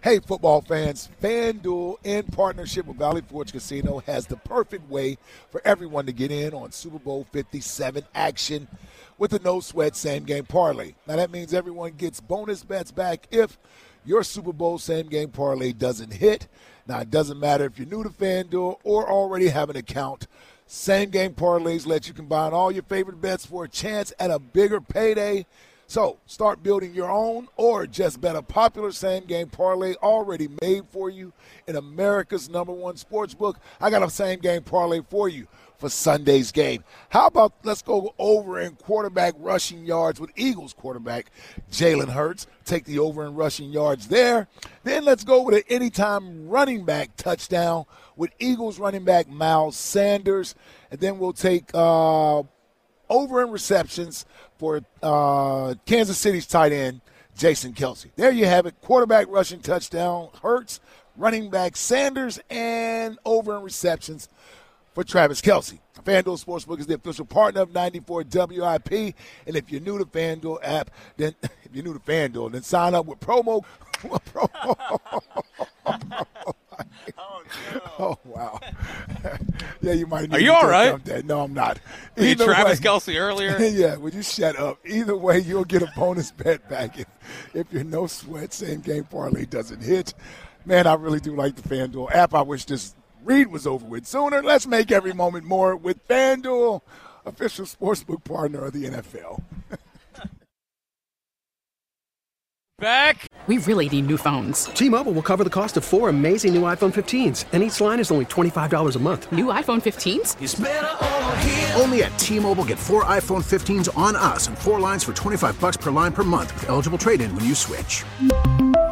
Hey, football fans, FanDuel, in partnership with Valley Forge Casino, has the perfect way for everyone to get in on Super Bowl 57 action with the no sweat same game parlay. Now, that means everyone gets bonus bets back if your Super Bowl same game parlay doesn't hit. Now, it doesn't matter if you're new to FanDuel or already have an account. Same game parlays let you combine all your favorite bets for a chance at a bigger payday. So start building your own or just bet a popular same game parlay already made for you in America's number one sports book. I got a same game parlay for you for Sunday's game. How about let's go over in quarterback rushing yards with Eagles quarterback Jalen Hurts. Take the over in rushing yards there. Then let's go with an anytime running back touchdown with Eagles running back Miles Sanders. And then we'll take uh, over in receptions for uh, Kansas City's tight end, Jason Kelsey. There you have it. Quarterback rushing touchdown, Hurts, running back Sanders, and over in receptions for Travis Kelsey. FanDuel Sportsbook is the official partner of 94 WIP. And if you're new to FanDuel app, then if you're new to FanDuel, then sign up with promo. promo. Oh wow! yeah, you might. Need Are you to all take right? out That. No, I'm not. Were you Either Travis Kelce earlier? yeah, would you shut up? Either way, you'll get a bonus bet back if, if your no sweat same game parlay doesn't hit. Man, I really do like the FanDuel app. I wish this read was over with sooner. Let's make every moment more with FanDuel, official sportsbook partner of the NFL. Back. We really need new phones. T-Mobile will cover the cost of four amazing new iPhone 15s, and each line is only $25 a month. New iPhone 15s? Only at T-Mobile get four iPhone 15s on us and four lines for 25 bucks per line per month with eligible trade-in when you switch.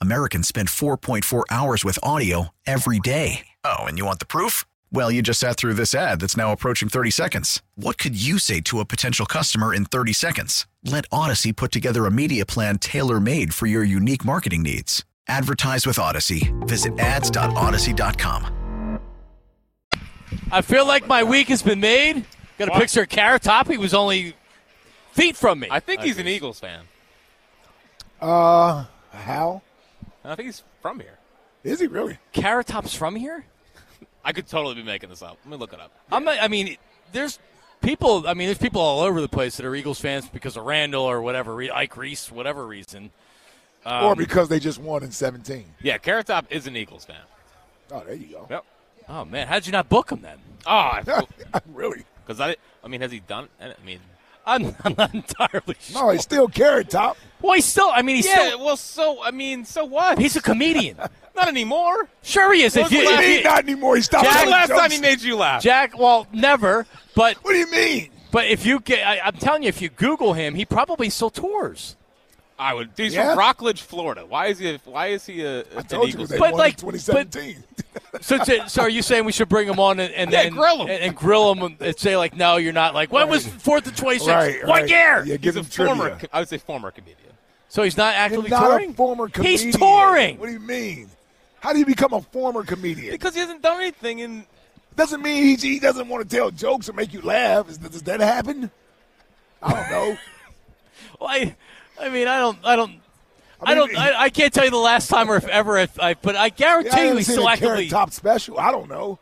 Americans spend 4.4 hours with audio every day. Oh, and you want the proof? Well, you just sat through this ad that's now approaching 30 seconds. What could you say to a potential customer in 30 seconds? Let Odyssey put together a media plan tailor made for your unique marketing needs. Advertise with Odyssey. Visit ads.odyssey.com. I feel like my week has been made. Got a picture of Carrot Top. He was only feet from me. I think he's an Eagles fan. Uh, how? I think he's from here. Is he really? Carrot Top's from here? I could totally be making this up. Let me look it up. I'm not, I mean, there's people. I mean, there's people all over the place that are Eagles fans because of Randall or whatever, re- Ike Reese, whatever reason. Um, or because they just won in 17. Yeah, Carrot Top is an Eagles fan. Oh, there you go. Yep. Oh man, how'd you not book him then? Oh, I, really? Because I, I mean, has he done? I mean, I'm, I'm not entirely sure. No, he's still Carrot Top. Well, he's still. I mean, he's yeah. still. Well, so I mean, so what? He's a comedian. not anymore. Sure, he is. When's the if last- you, He not anymore. He stopped Jack, telling last jokes. time he made you laugh. Jack, well, never. But What do you mean? but if you get, I, I'm telling you, if you Google him, he probably still tours. I would. He's Yeah. from Rockledge, Florida. Why is he? A, why is he a, an I told you Eagles? they fan? But, won like, in 2017. So, so, so are you saying we should bring him on and, and Yeah, then grill him. and, and grill him and, and say like, no, you're not. Like, when was Fourth to Twenty Six? Right, What right. year? Yeah, He's give a him former. trivia. co- I would say former comedian. So he's not actively He's not touring. a former comedian. He's touring. What do you mean? How do you become a former comedian? Because he hasn't done anything in. doesn't mean he, he doesn't want to tell jokes or make you laugh. Is, does that happen? I don't know. Well, I, I mean, I don't, I don't. I, mean, don't. I, I can't tell you the last time or if ever. If I, but I Yeah, guarantee I you, haven't he's seen still a Carrot actively. Top special. I don't know.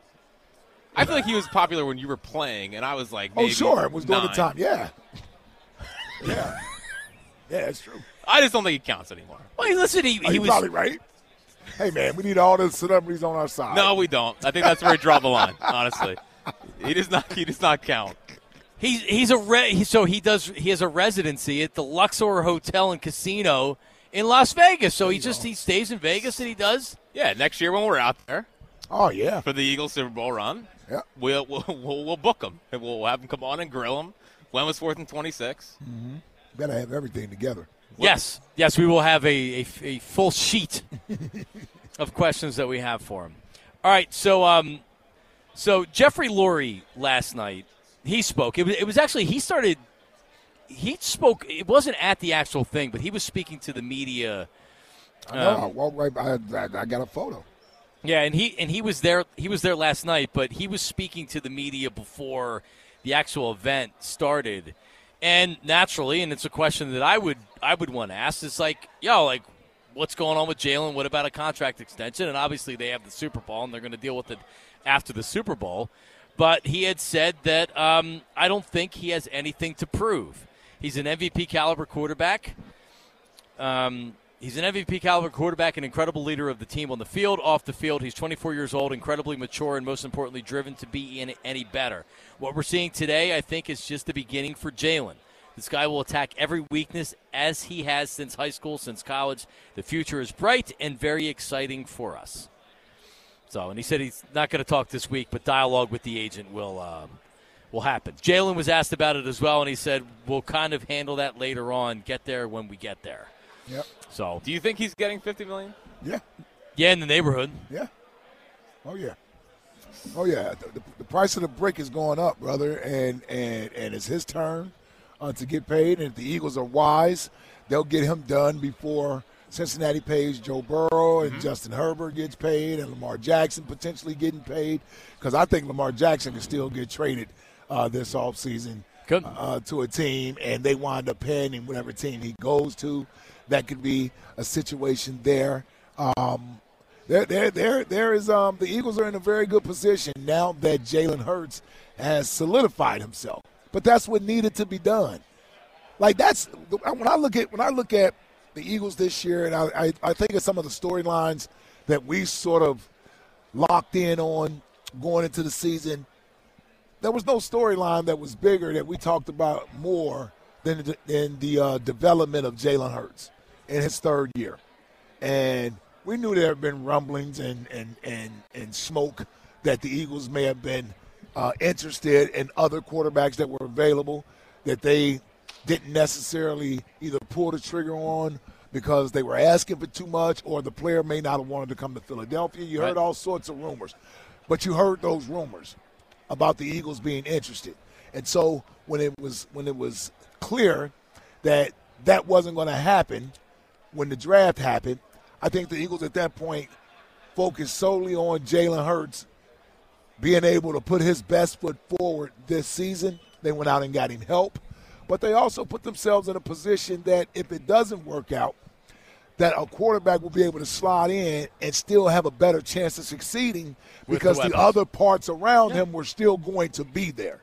I feel like he was popular when you were playing, and I was like, Oh, maybe sure, it was going to nine. time. Yeah, yeah, yeah. That's true. I just don't think he counts anymore. Well, listen, he, Are he you was. Oh, probably right. Hey, man, we need all the celebrities on our side. No, we don't. I think that's where he draw the line. Honestly, he does not. He does not count. He's he's a re- he, so he does he has a residency at the Luxor Hotel and Casino in Las Vegas. So he just he stays in Vegas and he does. Yeah, next year when we're out there Oh yeah. for the Eagles Super Bowl run, Yeah. we'll, we'll we'll we'll book him and we'll have him come on and grill him. When was fourth and twenty six? Better have everything together. Yes, yes, we will have a, a, a full sheet of questions that we have for him. All right, so um, so Jeffrey Lurie last night he spoke. It was, it was actually he started he spoke. It wasn't at the actual thing, but he was speaking to the media. I know. I walked right. by. I, I got a photo. Yeah, and he and he was there. He was there last night, but he was speaking to the media before the actual event started. And naturally, and it's a question that I would I would want to ask. It's like, yo, like, what's going on with Jalen? What about a contract extension? And obviously, they have the Super Bowl, and they're going to deal with it after the Super Bowl. But he had said that um, I don't think he has anything to prove. He's an MVP caliber quarterback. Um, he's an MVP caliber quarterback, an incredible leader of the team on the field, off the field. He's 24 years old, incredibly mature, and most importantly, driven to be in any better. What we're seeing today, I think, is just the beginning for Jalen. This guy will attack every weakness as he has since high school, since college. The future is bright and very exciting for us. So, and he said he's not going to talk this week, but dialogue with the agent will um, will happen. Jalen was asked about it as well, and he said we'll kind of handle that later on. Get there when we get there. Yep. So Do you think he's getting fifty million? Yeah. yeah, in the neighborhood. Yeah. Oh yeah. Oh yeah, the, the, the price of the brick is going up, brother, and and and it's his turn uh, to get paid. And if the Eagles are wise, they'll get him done before Cincinnati pays Joe Burrow and Justin Herbert gets paid, and Lamar Jackson potentially getting paid because I think Lamar Jackson can still get traded uh, this offseason uh, to a team, and they wind up paying him whatever team he goes to. That could be a situation there. Um, there, there, there, there is. Um, the Eagles are in a very good position now that Jalen Hurts has solidified himself. But that's what needed to be done. Like that's when I look at when I look at the Eagles this year, and I, I, I think of some of the storylines that we sort of locked in on going into the season. There was no storyline that was bigger that we talked about more than the, than the uh, development of Jalen Hurts in his third year, and we knew there had been rumblings and and and and smoke that the Eagles may have been uh, interested in other quarterbacks that were available that they didn't necessarily either pull the trigger on because they were asking for too much or the player may not have wanted to come to Philadelphia. You Right. heard all sorts of rumors, but you heard those rumors about the Eagles being interested. And so when it was when it was clear that that wasn't going to happen when the draft happened, I think the Eagles at that point focused solely on Jalen Hurts being able to put his best foot forward this season. They went out and got him help, but they also put themselves in a position that if it doesn't work out, that a quarterback will be able to slide in and still have a better chance of succeeding With the because the, weapons. other parts around him were still going to be there.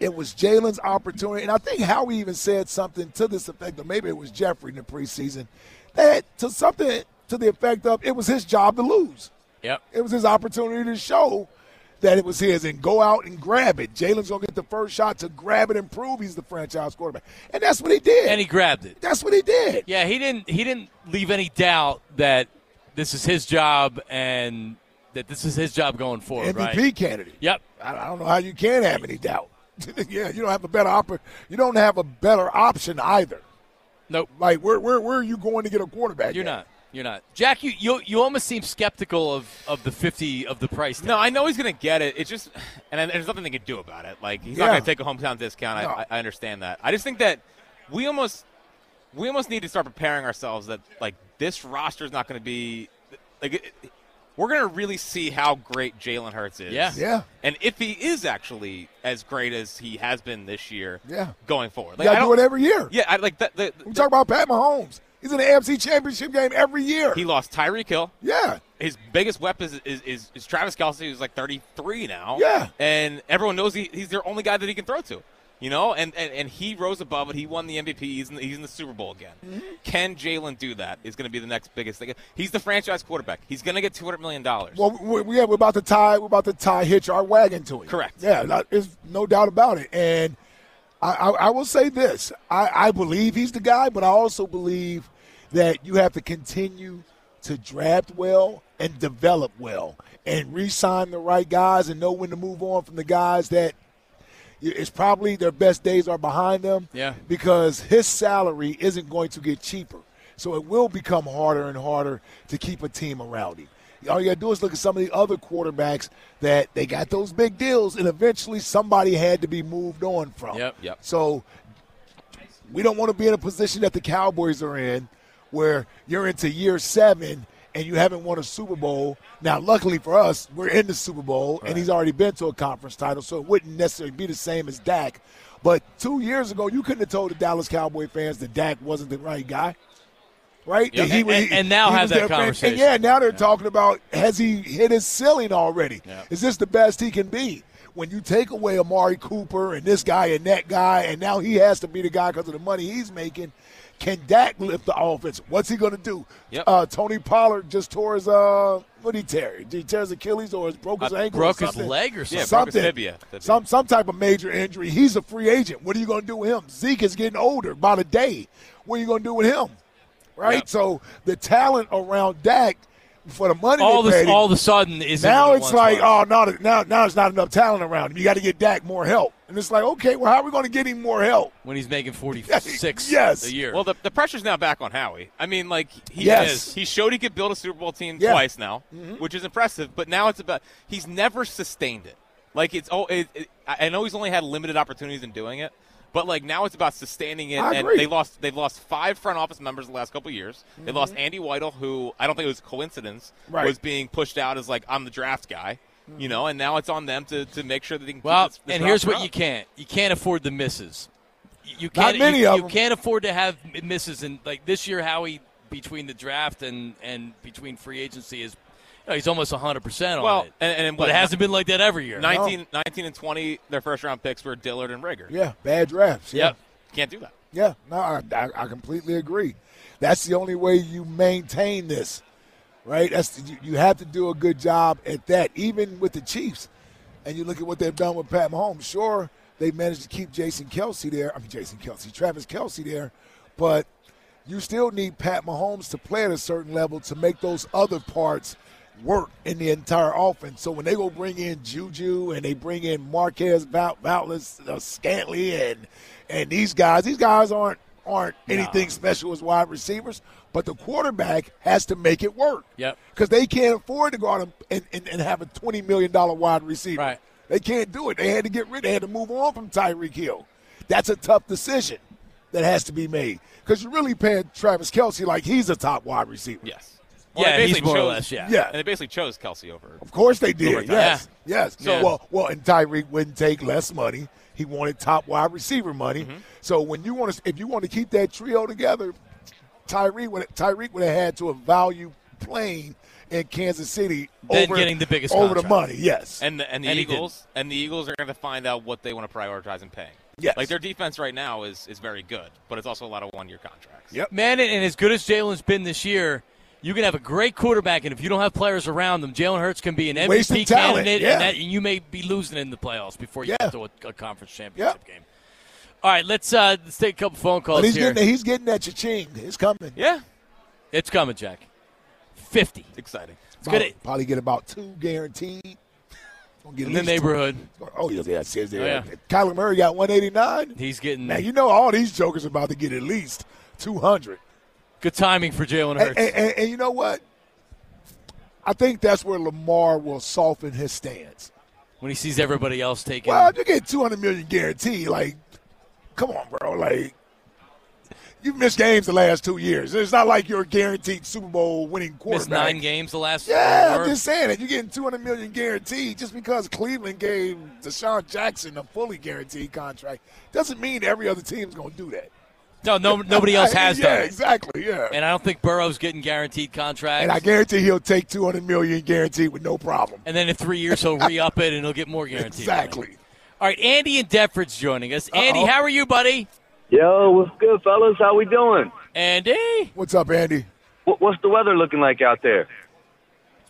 It was Jalen's opportunity, and I think Howie even said something to this effect, or maybe it was Jeffrey in the preseason, that to something to the effect of it was his job to lose. Yep. It was his opportunity to show that it was his and go out and grab it. Jalen's gonna get the first shot to grab it and prove he's the franchise quarterback, and that's what he did. And he grabbed it. That's what he did. Yeah, he didn't. He didn't leave any doubt that this is his job and that this is his job going forward. MVP right? candidate. Yep. I, I don't know how you can have any doubt. yeah, you don't have a better op- You don't have a better option either. Nope. Like where where where are you going to get a quarterback? You're not. You're not. Jack, you, you you almost seem skeptical of, of the fifty of the price. No, I know he's going to get it. It's just, and I- there's nothing they can do about it. Like he's not Yeah. going to take a hometown discount. I, I, I understand that. I just think that we almost, we almost need to start preparing ourselves that like this roster is not going to be, like, it, it- we're going to really see how great Jalen Hurts is. Yeah. Yeah. And if he is actually as great as he has been this year. Yeah. Going forward, You gotta I do don't- it every year. Yeah, I like that. The, We talk about Pat Mahomes. He's in the AFC Championship game every year. He lost Tyreek Hill. Yeah. His biggest weapon is, is, is, is Travis Kelsey, who's like 33 now. Yeah. And everyone knows he, he's their only guy that he can throw to. You know, and, and, and he rose above it. He won the MVP. He's in the, he's in the Super Bowl again. Can Jalen do that? Is going to be the next biggest thing. He's the franchise quarterback. He's going to get $200 million. Well, we, we, yeah, we're about to tie. We're about to tie hitch our wagon to it. Correct. Yeah, not- there's no doubt about it. And I, I, I will say this: I, I believe he's the guy, but I also believe that you have to continue to draft well and develop well, and re-sign the right guys, and know when to move on from the guys that it's probably their best days are behind them Yeah. because his salary isn't going to get cheaper. So it will become harder and harder to keep a team around him. All you got to do is look at some of the other quarterbacks that they got those big deals, and eventually somebody had to be moved on from. Yep. Yep. So we don't want to be in a position that the Cowboys are in where you're into year seven and you haven't won a Super Bowl. Now, luckily for us, we're in the Super Bowl and he's already been to a conference title, so it wouldn't necessarily be the same as Dak. But two years ago, you couldn't have told the Dallas Cowboy fans that Dak wasn't the right guy. Right, Yep. That he was- And- and now he have was that their fan- conversation. And yeah, now they're talking about has he hit his ceiling already? Yeah. Is this the best he can be? When you take away Amari Cooper and this guy and that guy, and now he has to be the guy because of the money he's making, can Dak lift the offense? What's he going to do? Yep. Uh, Tony Pollard just tore his uh, what did he tear? Did he tear his Achilles or his broke his Uh, ankle? broke or his something? leg or Yeah, something. something. Tibia. Tibia. Some some type of major injury. He's a free agent. What are you going to do with him? Zeke is getting older by the day. What are you going to do with him? Right. So the talent around Dak for the money all they this, paid him, all of a sudden is oh, now it's like, oh, no, now now it's not enough talent around him. You got to get Dak more help. And it's like, okay, well, how are we going to get him more help? when he's making 46 Yes. a year. Well, the, the pressure's now back on Howie. I mean, like he Yes. is. He showed he could build a Super Bowl team Yeah. twice now, Mhm. which is impressive. But now it's about he's never sustained it. Like it's oh, it, it, I I know he's only had limited opportunities in doing it, but like now it's about sustaining it. I and agree. Mm-hmm. they lost they've lost five front office members the last couple years. They lost Andy Whitehall, who I don't think it was a coincidence Right. was being pushed out as like I'm the draft guy. Mm-hmm. You know, and now it's on them to, to make sure that they can. keep Well, this- this and here's roster what up. you can't. You can't afford the misses. You- You Not can't. many you, of you them. can't afford to have m- misses. And like this year, Howie between the draft and and between free agency is, you know, he's almost 100 percent on Well, it. and- and but what- it hasn't been like that every year. 19, 19 and 20, their first round picks were Dillard and Rager. Yeah, bad drafts. Yeah. Yep. Can't do that. Yeah, no, I, I, I completely agree. That's the only way you maintain this, right? That's the, you, you have to do a good job at that, even with the Chiefs. And you look at what they've done with Pat Mahomes. Sure, they managed to keep Jason Kelsey there. I mean, Jason Kelsey, Travis Kelsey there, but you still need Pat Mahomes to play at a certain level to make those other parts work in the entire offense. So when they go bring in Juju and they bring in Marquez Val- Valdes uh, Scantley and and these guys, these guys aren't aren't anything special as wide receivers, but the quarterback has to make it work. Yep. Because they can't afford to go out and, and, and, and have a twenty million dollar wide receiver. Right. They can't do it. They had to get rid. They had to move on from Tyreek Hill. That's a tough decision that has to be made because you're really paying Travis Kelsey like he's a top wide receiver. Yes. Yeah, they he's basically more or chose- less, yeah. And they basically chose Kelsey over. Of course they Over did. Tyreek. Yes. Yeah. Yes. So, well, well, and Tyreek wouldn't take less money. He wanted top wide receiver money. Mm-hmm. So when you want to, if you want to keep that trio together, Tyreek would Tyreek would have had to have value playing in Kansas City Then over getting the biggest over the contract. money. Yes. And the, and the And he Eagles and the Eagles are going to find out what they want to prioritize in paying. Yes. Like their defense right now is is very good, but it's also a lot of one year contracts. Yep. Man, and, and as good as Jalen's been this year, you can have a great quarterback, and if you don't have players around them, Jalen Hurts can be an MVP Wasted talent, candidate, yeah. and, that, and you may be losing in the playoffs before you get to a, a conference championship game. All right, let's uh, let's take a couple phone calls But he's here. getting he's getting that cha-ching. It's coming. Yeah. It's coming, Jack. Fifty. It's exciting. It's good. Probably get about two guaranteed. Gonna get at In the least two. neighborhood. Oh yeah, yeah, it says there. Oh, yeah. Kyler Murray got 189. He's getting Now you know all these jokers about to get at least 200. good timing for Jalen And, Hurts. and- and- and you know what? I think that's where Lamar will soften his stance. when he sees everybody else taking. Well, if you get 200 million guaranteed, like, come on, bro, like. You've missed games the last two years. It's not like you're a guaranteed Super Bowl winning missed quarterback. nine games the last. Yeah, four. I'm just saying that you're getting 200 million guaranteed just because Cleveland gave Deshaun Jackson a fully guaranteed contract doesn't mean every other team's going to do that. No, no, nobody else has yeah, done. it. exactly. Yeah, And I don't think Burrow's getting guaranteed contracts. and I guarantee he'll take 200 million guaranteed with no problem. And then in three years he'll re up it and he'll get more guaranteed. Exactly. All right, Andy and Deptford's joining us. Andy, Uh-oh. how are you, buddy? Yo, what's good, fellas? How we doing? Andy, what's up, Andy? What, what's the weather looking like out there?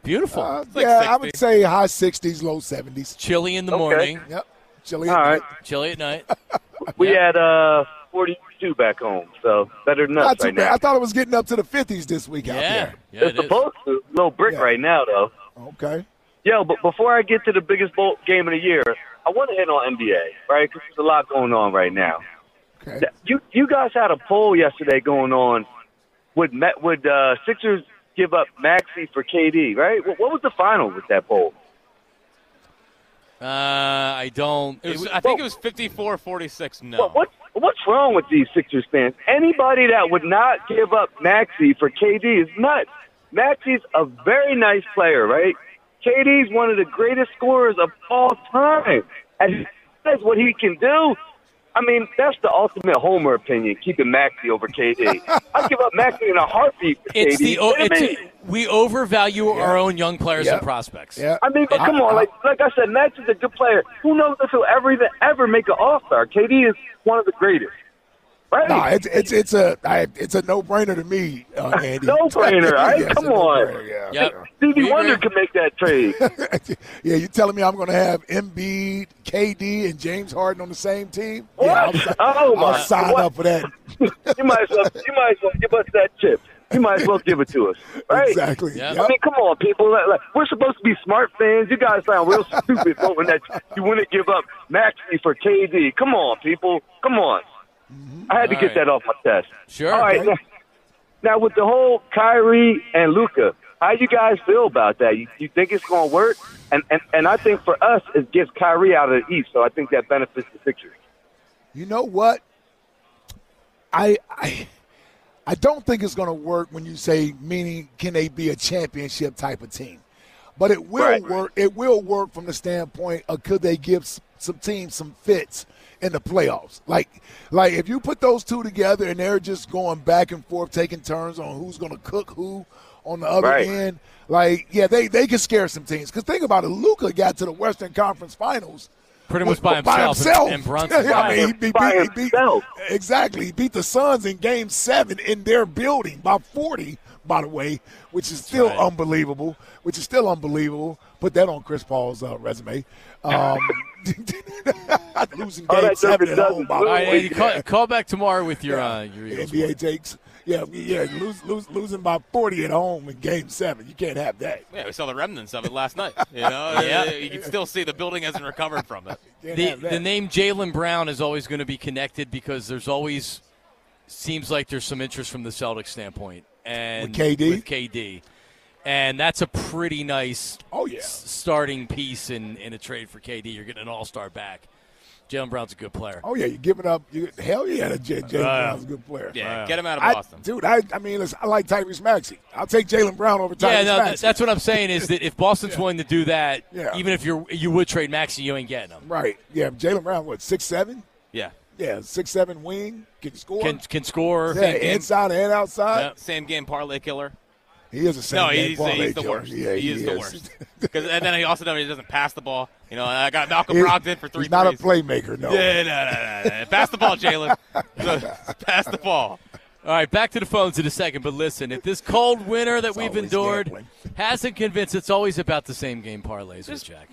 Beautiful. Uh, yeah, I would say high 60s, low 70s. Chilly in the Okay. morning. Yep. Chilly. All right. Chilly at night. Uh, We had uh 42 back home, so better than us Not too right bad. now. I thought it was getting up to the 50s this week out there. yeah, it's supposed to. Little brick right now, though. Okay. Yo, but before I get to the biggest bowl game of the year, I want to hit on NBA, right? 'Cause there's a lot going on right now. Okay. You you guys had a poll yesterday going on. Would Met would uh, Sixers give up Maxi for KD? Right? What, what was the final with that poll? Uh, I don't. It was, I think it was 54-46 No. What, what what's wrong with these Sixers fans? Anybody that would not give up Maxi for KD is nuts. Maxi's a very nice player, right? KD's one of the greatest scorers of all time, and that's what he can do. I mean, that's the ultimate homer opinion. Keeping Maxi over KD, I give up Maxi in a heartbeat for It's KD. the What do you mean? it's, we overvalue our own young players Yep. and prospects. I mean, but come on, like like I said, Max is a good player. Who knows if he'll ever even ever make an All Star? KD is one of the greatest. Right? No, it's it's it's a I, it's a no brainer to me, uh, Andy. No brainer. Right? Yes, come a on. no-brainer, yeah. Stevie Wonder could make that trade. Yeah, you telling me I'm going to have Embiid, KD, and James Harden on the same team? Yeah, I'll, Oh I'll my! sign what? up for that. you might as well. You might as well give us that chip. you might as well give it to us, right? Exactly. I mean, come on, people. Like, like, we're supposed to be smart fans. You guys sound real stupid voting that you wouldn't give up Maxie for KD. Come on, people. Come on. I had to All get right. that off my chest. Sure. All right. Now, now with the whole Kyrie and Luca, how you guys feel about that? You, you think it's going to work? And, and and I think for us, it gets Kyrie out of the East, so I think that benefits the Sixers. You know what? I I, I don't think it's going to work when you say meaning can they be a championship type of team, but it will work. It will work from the standpoint of could they give s- some teams some fits in the playoffs? Like like if you put those two together and they're just going back and forth, taking turns on who's going to cook who on the other Right. end. Like yeah, they they can scare some teams. Because think about it, Luca got to the Western Conference Finals. Pretty much by himself, and- and Brunson, I mean, right. he beat, By he beat- exactly. He beat the Suns in Game Seven in their building by forty. By the way, which is still unbelievable. Which is still unbelievable. Put that on Chris Paul's uh, resume. Um, losing All Game Oh, that Seven at doesn't- home. By the All right, way, Andy, call, call back tomorrow with your uh, your Eagles. NBA takes. Yeah, yeah, lose, lose, losing by forty at home in Game Seven. You can't have that. Yeah, we saw the remnants of it last night. You know, Yeah. you can still see the building hasn't recovered from it. the, the name Jalen Brown is always going to be connected because there's always seems like there's some interest from the Celtics standpoint and With KD? with KD, and that's a pretty nice oh yeah starting piece in in a trade for KD. You're getting an All Star back. Jalen Brown's a good player. Oh yeah, you're giving up. You, hell yeah, that J- Jalen Uh, Brown's a good player. yeah, get him out of I- Boston. dude. I, I mean, listen, I like Tyrese Maxey. I'll take Jalen Brown over Tyrese Yeah, no, th- Maxey. that's what I'm saying is that if Boston's willing to do that, Yeah. even if you're you would trade Maxi, you ain't getting him. right. Yeah, Jalen Brown, what six seven? Yeah, Yeah, six seven wing can score. can can score. yeah, inside and outside. Same game parlay killer. He is a same no, game he's, parlay he's the killer. worst. Yeah, he, he is, the is. worst. 'Cause- and then he also knows he doesn't pass the ball. You know, I got Malcolm He- Brogdon for three. He's not a threes. playmaker. No. Yeah, no, no, no, no. Pass the ball, Jalen. pass the ball. All right, back to the phones in a second. But listen, if this cold winter that we've endured hasn't convinced, it's always about the same game parlays with Jack.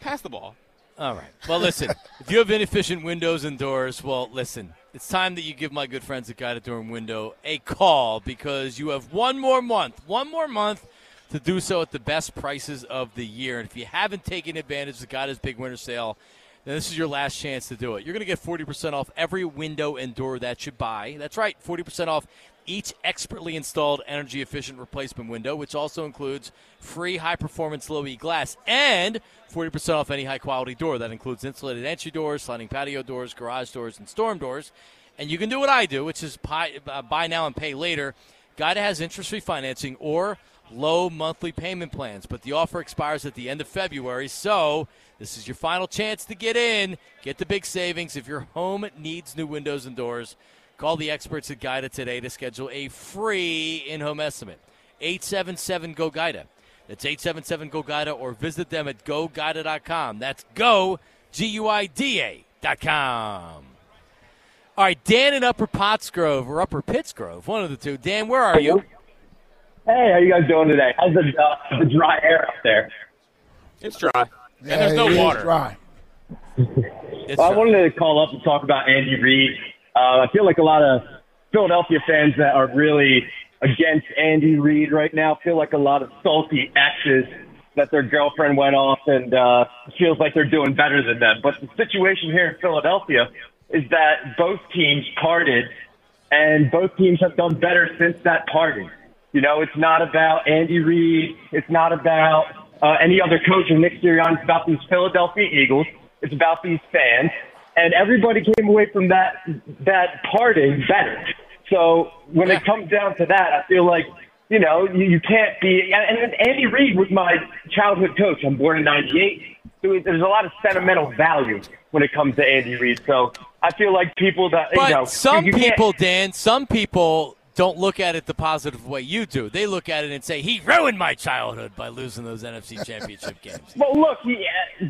Pass the ball. All right. Well, listen, if you have inefficient windows and doors, well, listen, it's time that you give my good friends at Guided Door and Window a call because you have one more month, one more month to do so at the best prices of the year. And if you haven't taken advantage of Guided's big winter sale, then this is your last chance to do it. You're going to get 40% off every window and door that you buy. That's right, 40% off each expertly installed energy efficient replacement window, which also includes free high performance low E glass and 40% off any high quality door. That includes insulated entry doors, sliding patio doors, garage doors, and storm doors. And you can do what I do, which is buy, uh, buy now and pay later. Guida has interest free financing or low monthly payment plans, but the offer expires at the end of February, so this is your final chance to get in. Get the big savings if your home needs new windows and doors. Call the experts at Guida today to schedule a free in home estimate. 877 GO GUIDA. That's 877 GO GUIDA or visit them at goguida.com. That's go, G U I D A dot com. All right, Dan in Upper Pottsgrove or Upper Pittsgrove, one of the two. Dan, where are you? Hey, how you guys doing today? How's the, uh, the dry air out there? It's dry. and there's Yeah, no it is water. dry. Well, I wanted to call up and talk about Andy Reid. Uh, I feel like a lot of Philadelphia fans that are really against Andy Reid right now feel like a lot of salty exes that their girlfriend went off and uh, feels like they're doing better than them. But the situation here in Philadelphia is that both teams parted, and both teams have done better since that parting. You know, it's not about Andy Reid. It's not about uh, any other coach or Nick Sirianni. It's about these Philadelphia Eagles. It's about these fans, and everybody came away from that that parting better. So when it comes down to that, I feel like you know you, you can't be. And, and Andy Reid was my childhood coach. I'm born in '98. So it- there's a lot of sentimental value when it comes to Andy Reid. So I feel like people that But you know some you can't- people, Dan, some people don't look at it the positive way you do. They look at it and say, he ruined my childhood by losing those NFC championship games. Well, look, he,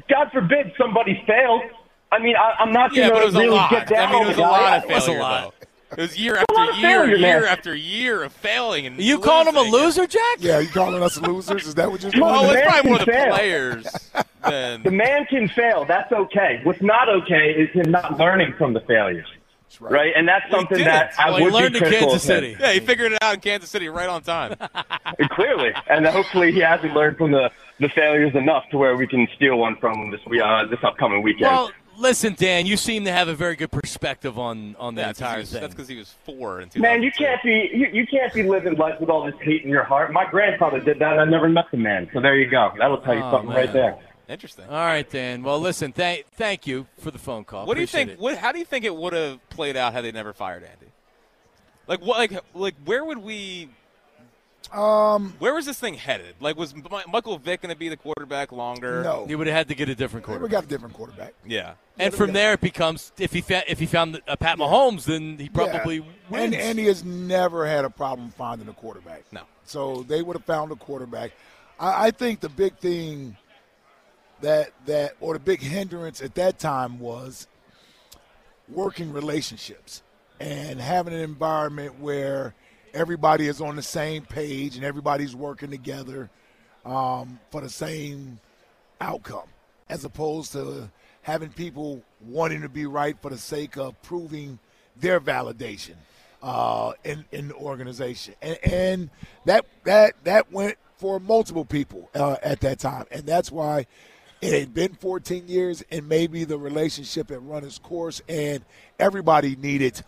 God forbid somebody failed. I mean, I, I'm not Yeah, going but it to was a really lot. get down I mean, it was a on lot of guy. failure. Though. It was year a lot after of year, failure, year man. after year of failing. And You calling him a loser, Jack? Yeah, you calling us losers? Is that what you're doing? Oh, it's man probably more the can fail. players. than- The man can fail. That's okay. What's not okay is him not learning from the failures. right. And that's something that I would be critical of him. Yeah, he figured it out in Kansas City right on time. Clearly, and hopefully he hasn't learned from the, the failures enough to where we can steal one from him this we- uh, this upcoming weekend. Well, listen, Dan, you seem to have a very good perspective on on the entire thing. That's because he was four in Man, you can't be you, you can't be living life with all this hate in your heart. My grandfather did that, and I never met the man. So there you go. That'll tell you Oh, something right man. there. Interesting. All right, Dan. Well, listen, thank thank you for the phone call. What do you Appreciate it. think? What, how do you think it would have played out had they never fired Andy? Like what? Like like where would we? Um, Where was this thing headed? Like was Mi- Michael Vick going to be the quarterback longer? No. He would have had to get a different we quarterback. got a different quarterback. Yeah. And from there, it becomes if he fa- if he found a Pat Mahomes, then he probably Yeah. wins. And, and he has never had a problem finding a quarterback. No. So they would have found a quarterback. I, I think the big thing that that or the big hindrance at that time was working relationships and having an environment where everybody is on the same page and everybody's working together um, for the same outcome, as opposed to having people wanting to be right for the sake of proving their validation uh, in in the organization, and, and that that that went for multiple people uh, at that time, and that's why it had been 14 years, and maybe the relationship had run its course, and everybody needed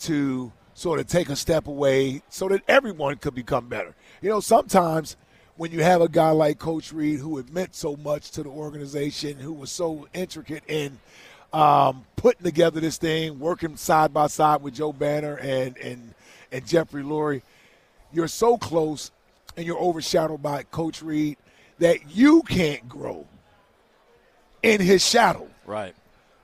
to sort of take a step away so that everyone could become better. You know, sometimes when you have a guy like Coach Reed who had meant so much to the organization, who was so intricate in um, putting together this thing, working side by side with Joe Banner and and and Jeffrey Lurie, you're so close and you're overshadowed by Coach Reed that you can't grow in his shadow. Right.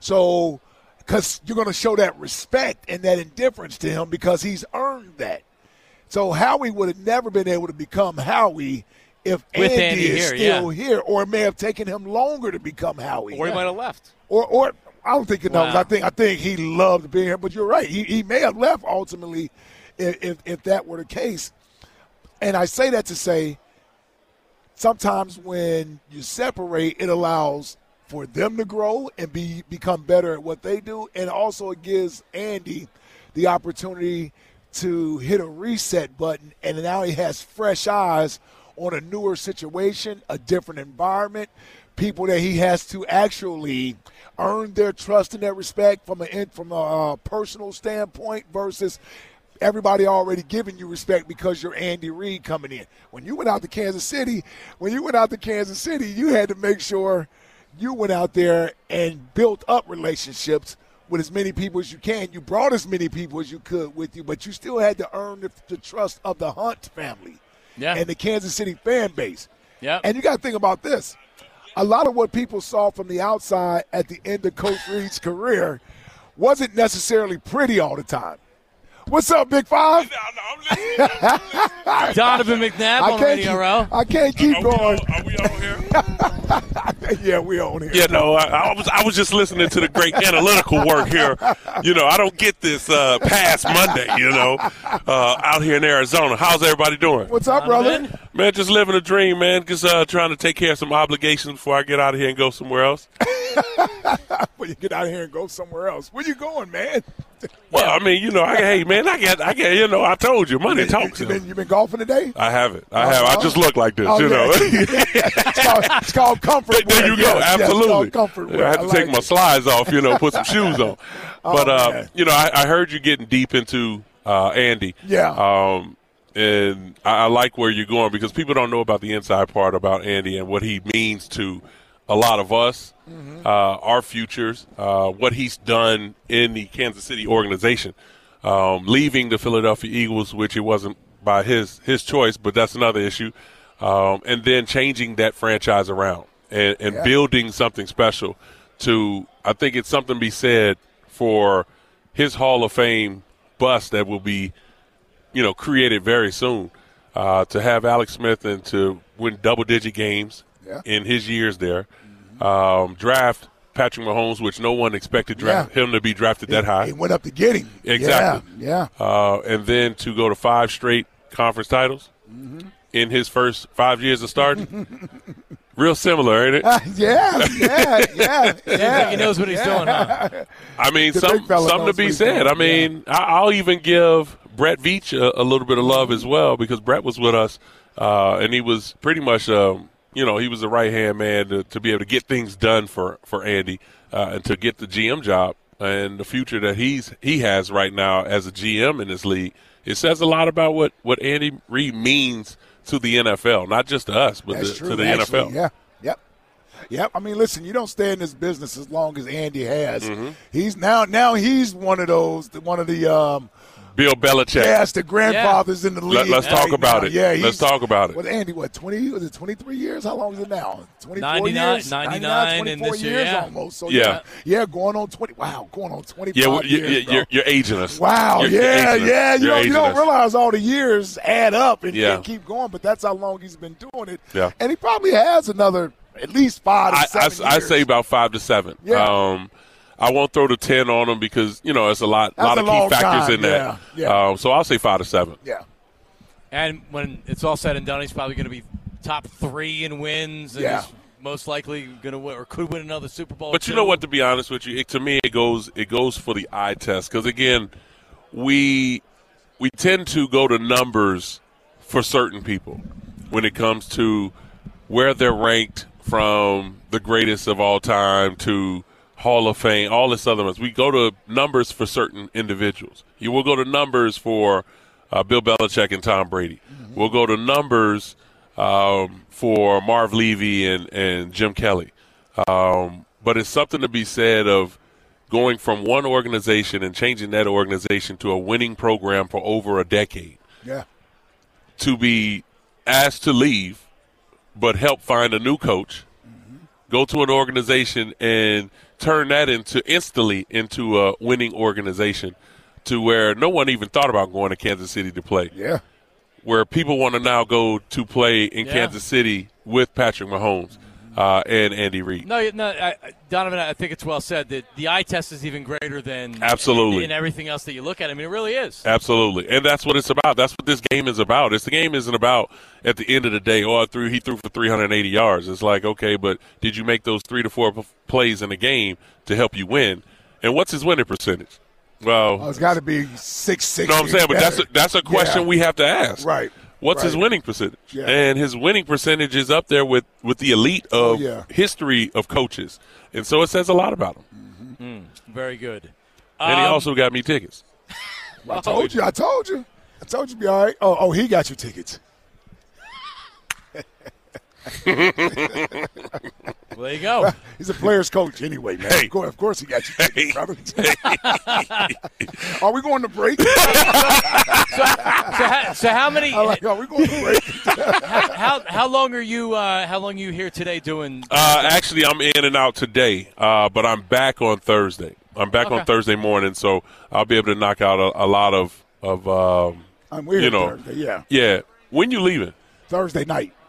So, because you're going to show that respect and that indifference to him because he's earned that. So Howie would have never been able to become Howie if With Andy, Andy is here, still yeah. here, or it may have taken him longer to become Howie, Or he might have left. or or I don't think it knows. Wow. I think I think he loved being here, but you're right. He, he may have left ultimately if, if if that were the case. And I say that to say sometimes when you separate, it allows for them to grow and be become better at what they do, and also it gives Andy the opportunity to hit a reset button, and now he has fresh eyes on a newer situation, a different environment, people that he has to actually earn their trust and their respect from a from a uh, personal standpoint versus everybody already giving you respect because you're Andy Reid coming in. When you went out to Kansas City, when you went out to Kansas City, you had to make sure you went out there and built up relationships with as many people as you can. You brought as many people as you could with you, but you still had to earn the, the trust of the Hunt family Yeah. and the Kansas City fan base. Yeah. And you got to think about this. A lot of what people saw from the outside at the end of Coach Reed's career wasn't necessarily pretty all the time. What's up, Big Five? Donovan McNabb I on can't Radio keep- Row. I can't keep going. yeah, we own here. You know, I, I was I was just listening to the great analytical work here. You know, I don't get this uh, past Monday. You know, uh, out here in Arizona, how's everybody doing? What's up, brother? Man, just living a dream, man. Just uh, trying to take care of some obligations before I get out of here and go somewhere else. When you get out of here and go somewhere else, where you going, man? Well, I mean, you know, I, hey, man, I got, I got, you know, I told you, money talks. You been, you been golfing today? I have it. I have. I just look like this, Oh, you yeah. know. it's, called, it's called comfort. there you wear. Yes, yes, go. it's called Absolutely. comfort wear. I had to I take like my it. Oh, slides off, you know, put some shoes on. But uh, you know, I, I heard you getting deep into uh, Andy. Yeah. Um, and I, I like where you're going because people don't know about the inside part about Andy and what he means to a lot of us, uh, our futures, uh, what he's done in the Kansas City organization, um, leaving the Philadelphia Eagles, which it wasn't by his his choice, but that's another issue. Um, and then changing that franchise around and, and Yeah. building something special. To I think it's something to be said for his Hall of Fame bust that will be you know, created very soon. Uh, to have Alex Smith and to win double digit games Yeah. in his years there, um, draft Patrick Mahomes, which no one expected draft him to be drafted that high. He went up to get him. Exactly. Yeah. Uh, and then to go to Mm-hmm. five straight conference titles in his first five years of starting, Real similar, ain't it? yeah, yeah, yeah, yeah. he knows what he's doing, huh? I mean, The some big fella something knows to what be he's said. doing. I mean, I, I'll even give Brett Veach a, a little bit of love as well because Brett was with us, uh, and he was pretty much, um, you know, he was the right hand man to, to be able to get things done for for Andy uh, and to get the GM job and the future that he's he has right now as a GM in this league. It says a lot about what what Andy Reid means to the NFL, not just to us, but That's the, true, to the actually, NFL. Yeah, yep, yep. I mean, listen, you don't stay in this business as long as Andy has. Mhm. He's now now he's one of those one of the um, Bill Belichick. yes the grandfathers in the Let, league. us talk right about now. it. Yeah, let's talk about it. What Andy? What twenty? Was it twenty three years? How long is it now? 24 99 years, 99, and 24 this year, years yeah. almost. So Yeah. yeah, yeah, going on twenty. Wow, going on twenty five Yeah, well, you, years. you- bro. you're, you're aging us. Wow, You're- you're yeah, aging us. yeah. You You're don't, you aging don't us. realize all the years add up and, Yeah. and keep going, but that's how long he's been doing it. Yeah. And he probably has another at least five to I, I, seven I years. say about five to seven. Yeah. Um, I won't throw the ten on them because you know it's a lot, That's lot a of long key factors time, in there. yeah, yeah. Um, so I'll say five to seven. Yeah. And when it's all said and done, he's probably going to be top three in wins. And Yeah. he's most likely going to win or could win another Super Bowl. But you too. know what? To be honest with you, it, to me it goes it goes for the eye test because again, we we tend to go to numbers for certain people when it comes to where they're ranked from the greatest of all time to Hall of Fame, all this other ones. We go to numbers for certain individuals. You will go to numbers for uh, Bill Belichick and Tom Brady. We'll go to numbers um, for Marv Levy and, and Jim Kelly. Um, but it's something to be said of going from one organization and changing that organization to a winning program for over a decade Yeah. to be asked to leave, but help find a new coach, go to an organization and turn that into instantly into a winning organization to where no one even thought about going to Kansas City to play. Yeah. Where people want to now go to play in Yeah. Kansas City with Patrick Mahomes uh, and Andy Reid. No, you- no, I, I- Donovan. I think it's well said that the eye test is even greater than Absolutely. and everything else that you look at. I mean, it really is. Absolutely, and that's what it's about. That's what this game is about. It's the game isn't about at the end of the day. Oh, I threw he threw for 380 yards. It's like okay, but did you make those three to four p- plays in the game to help you win? And what's his winning percentage? Well, Oh, it's got to be six six. know what I'm saying? But that's a, that's a question we have to ask. Right. What's right. his winning percentage? Yeah. And his winning percentage is up there with, with the elite of Oh, yeah. history of coaches. And so it says a lot about him. Mm, very good. and he Um, also got me tickets. I told you. I told you. I told you be all right. Oh, oh, he got your tickets. well, there you go. He's a player's coach anyway, man. Of, course, of course he got your tickets, brother. Are we going to break? so, how, so how many? are we going to break? how, how how long are you? Uh, how long are you here today doing? Uh, actually, I'm in and out today, uh, but I'm back on Thursday. I'm back Okay. on Thursday morning, so I'll be able to knock out a, a lot of of um, I'm weird you know, Thursday, yeah. yeah. When you leaving? Thursday night.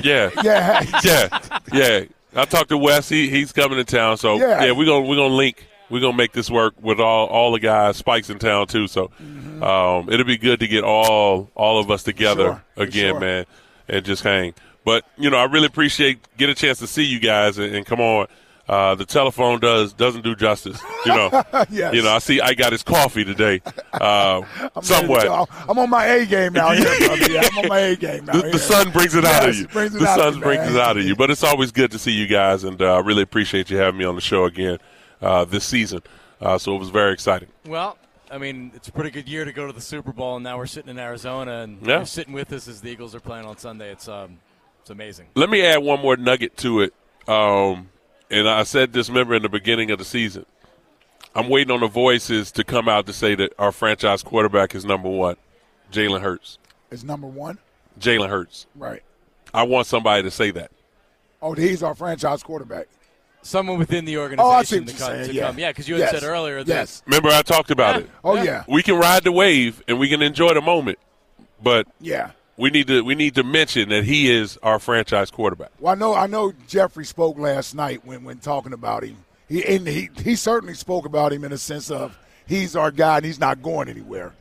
Yeah, Yeah. yeah, yeah. I talked to Wes. He, he's coming to town, so Yeah. yeah, we're gonna we're gonna link. We're gonna make this work with all all the guys. Spikes in town too, so um, it'll be good to get all all of us together again, Mm-hmm. sure. man, and just hang. But you know, I really appreciate get a chance to see you guys and, and come on. Uh, the telephone does doesn't do justice, you know. Yes. You know, I see I got his coffee today, uh, somewhat. I'm I'm on my A game now. Here, brother. Yeah, I'm on my A game now. The, the sun brings it out of Yes, you. it brings it the out of sun you, brings man. it out of you. But it's always good to see you guys, and uh, I really appreciate you having me on the show again uh, this season. Uh, so it was very exciting. Well, I mean, it's a pretty good year to go to the Super Bowl, and now we're sitting in Arizona, and Yeah. you're sitting with us as the Eagles are playing on Sunday. It's um, it's amazing. Let me add one more nugget to it. Um, and I said this, remember, in the beginning of the season. I'm waiting on the voices to come out to say that our franchise quarterback is number one, Jalen Hurts. Is number one. Jalen Hurts. Right. I want somebody to say that. Oh, he's our franchise quarterback. Someone within the Oh, I see organization what to you're come, saying, to yeah. come. Yeah, because you had Yes. said earlier that Yes. Remember, I talked about it. Oh, yeah. We can ride the wave and we can enjoy the moment, but Yeah. we need to we need to mention that he is our franchise quarterback. Well, I know I know Jeffrey spoke last night when when talking about him. He and he he certainly spoke about him in a sense of he's our guy and he's not going anywhere.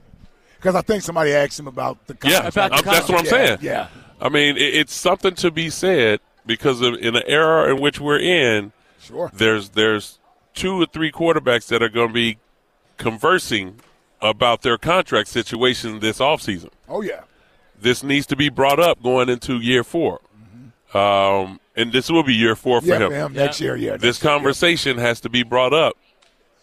Because I think somebody asked him about the Yeah, contract. I'm- that's what I'm saying. Yeah, I mean, it, it's something to be said because of, in the era in which we're in, sure. there's there's two or three quarterbacks that are going to be conversing about their contract situation this offseason. Oh yeah. This needs to be brought up going into year 4 Um, and this will be year four Mm-hmm. for Yeah, him. for him, next year, yeah, This conversation has to be brought up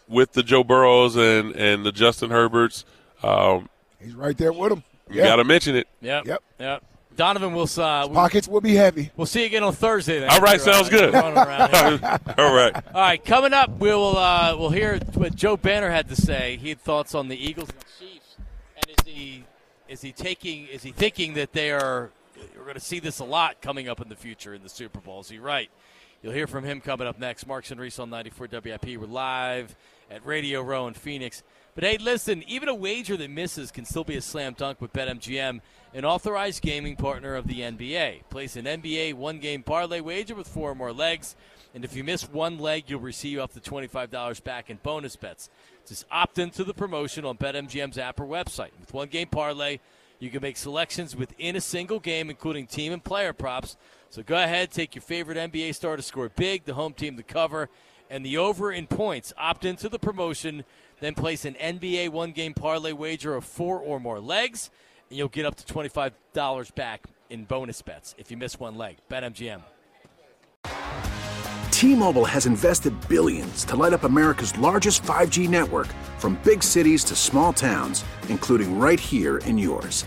with the Joe Burrows and, and the Justin Herberts. Um, He's right there with him. you got to mention it. Yep. Yep. Yep. Donovan will. Uh, we- Pockets will be heavy. We'll see you again on Thursday. Then. All right, sounds good. Running around here. All right. All right, coming up, we will uh, we'll hear what Joe Banner had to say. He had thoughts on the Eagles and the Chiefs, and is he is he taking is he thinking that they are we're going to see this a lot coming up in the future in the Super Bowl? Is he right? You'll hear from him coming up next. Marks and Reese on 94 WIP. We're live at Radio Row in Phoenix. But hey, listen, even a wager that misses can still be a slam dunk with BetMGM, an authorized gaming partner of the NBA. Place an NBA one game parlay wager with four or more legs, and if you miss one leg, you'll receive up to $25 back in bonus bets. Just opt into the promotion on BetMGM's app or website. With one game parlay, you can make selections within a single game, including team and player props. So go ahead, take your favorite NBA star to score big, the home team to cover, and the over in points. Opt into the promotion, then place an NBA one game parlay wager of four or more legs, and you'll get up to $25 back in bonus bets if you miss one leg. BetMGM. T-Mobile has invested billions to light up America's largest 5G network from big cities to small towns, including right here in yours.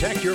Protect your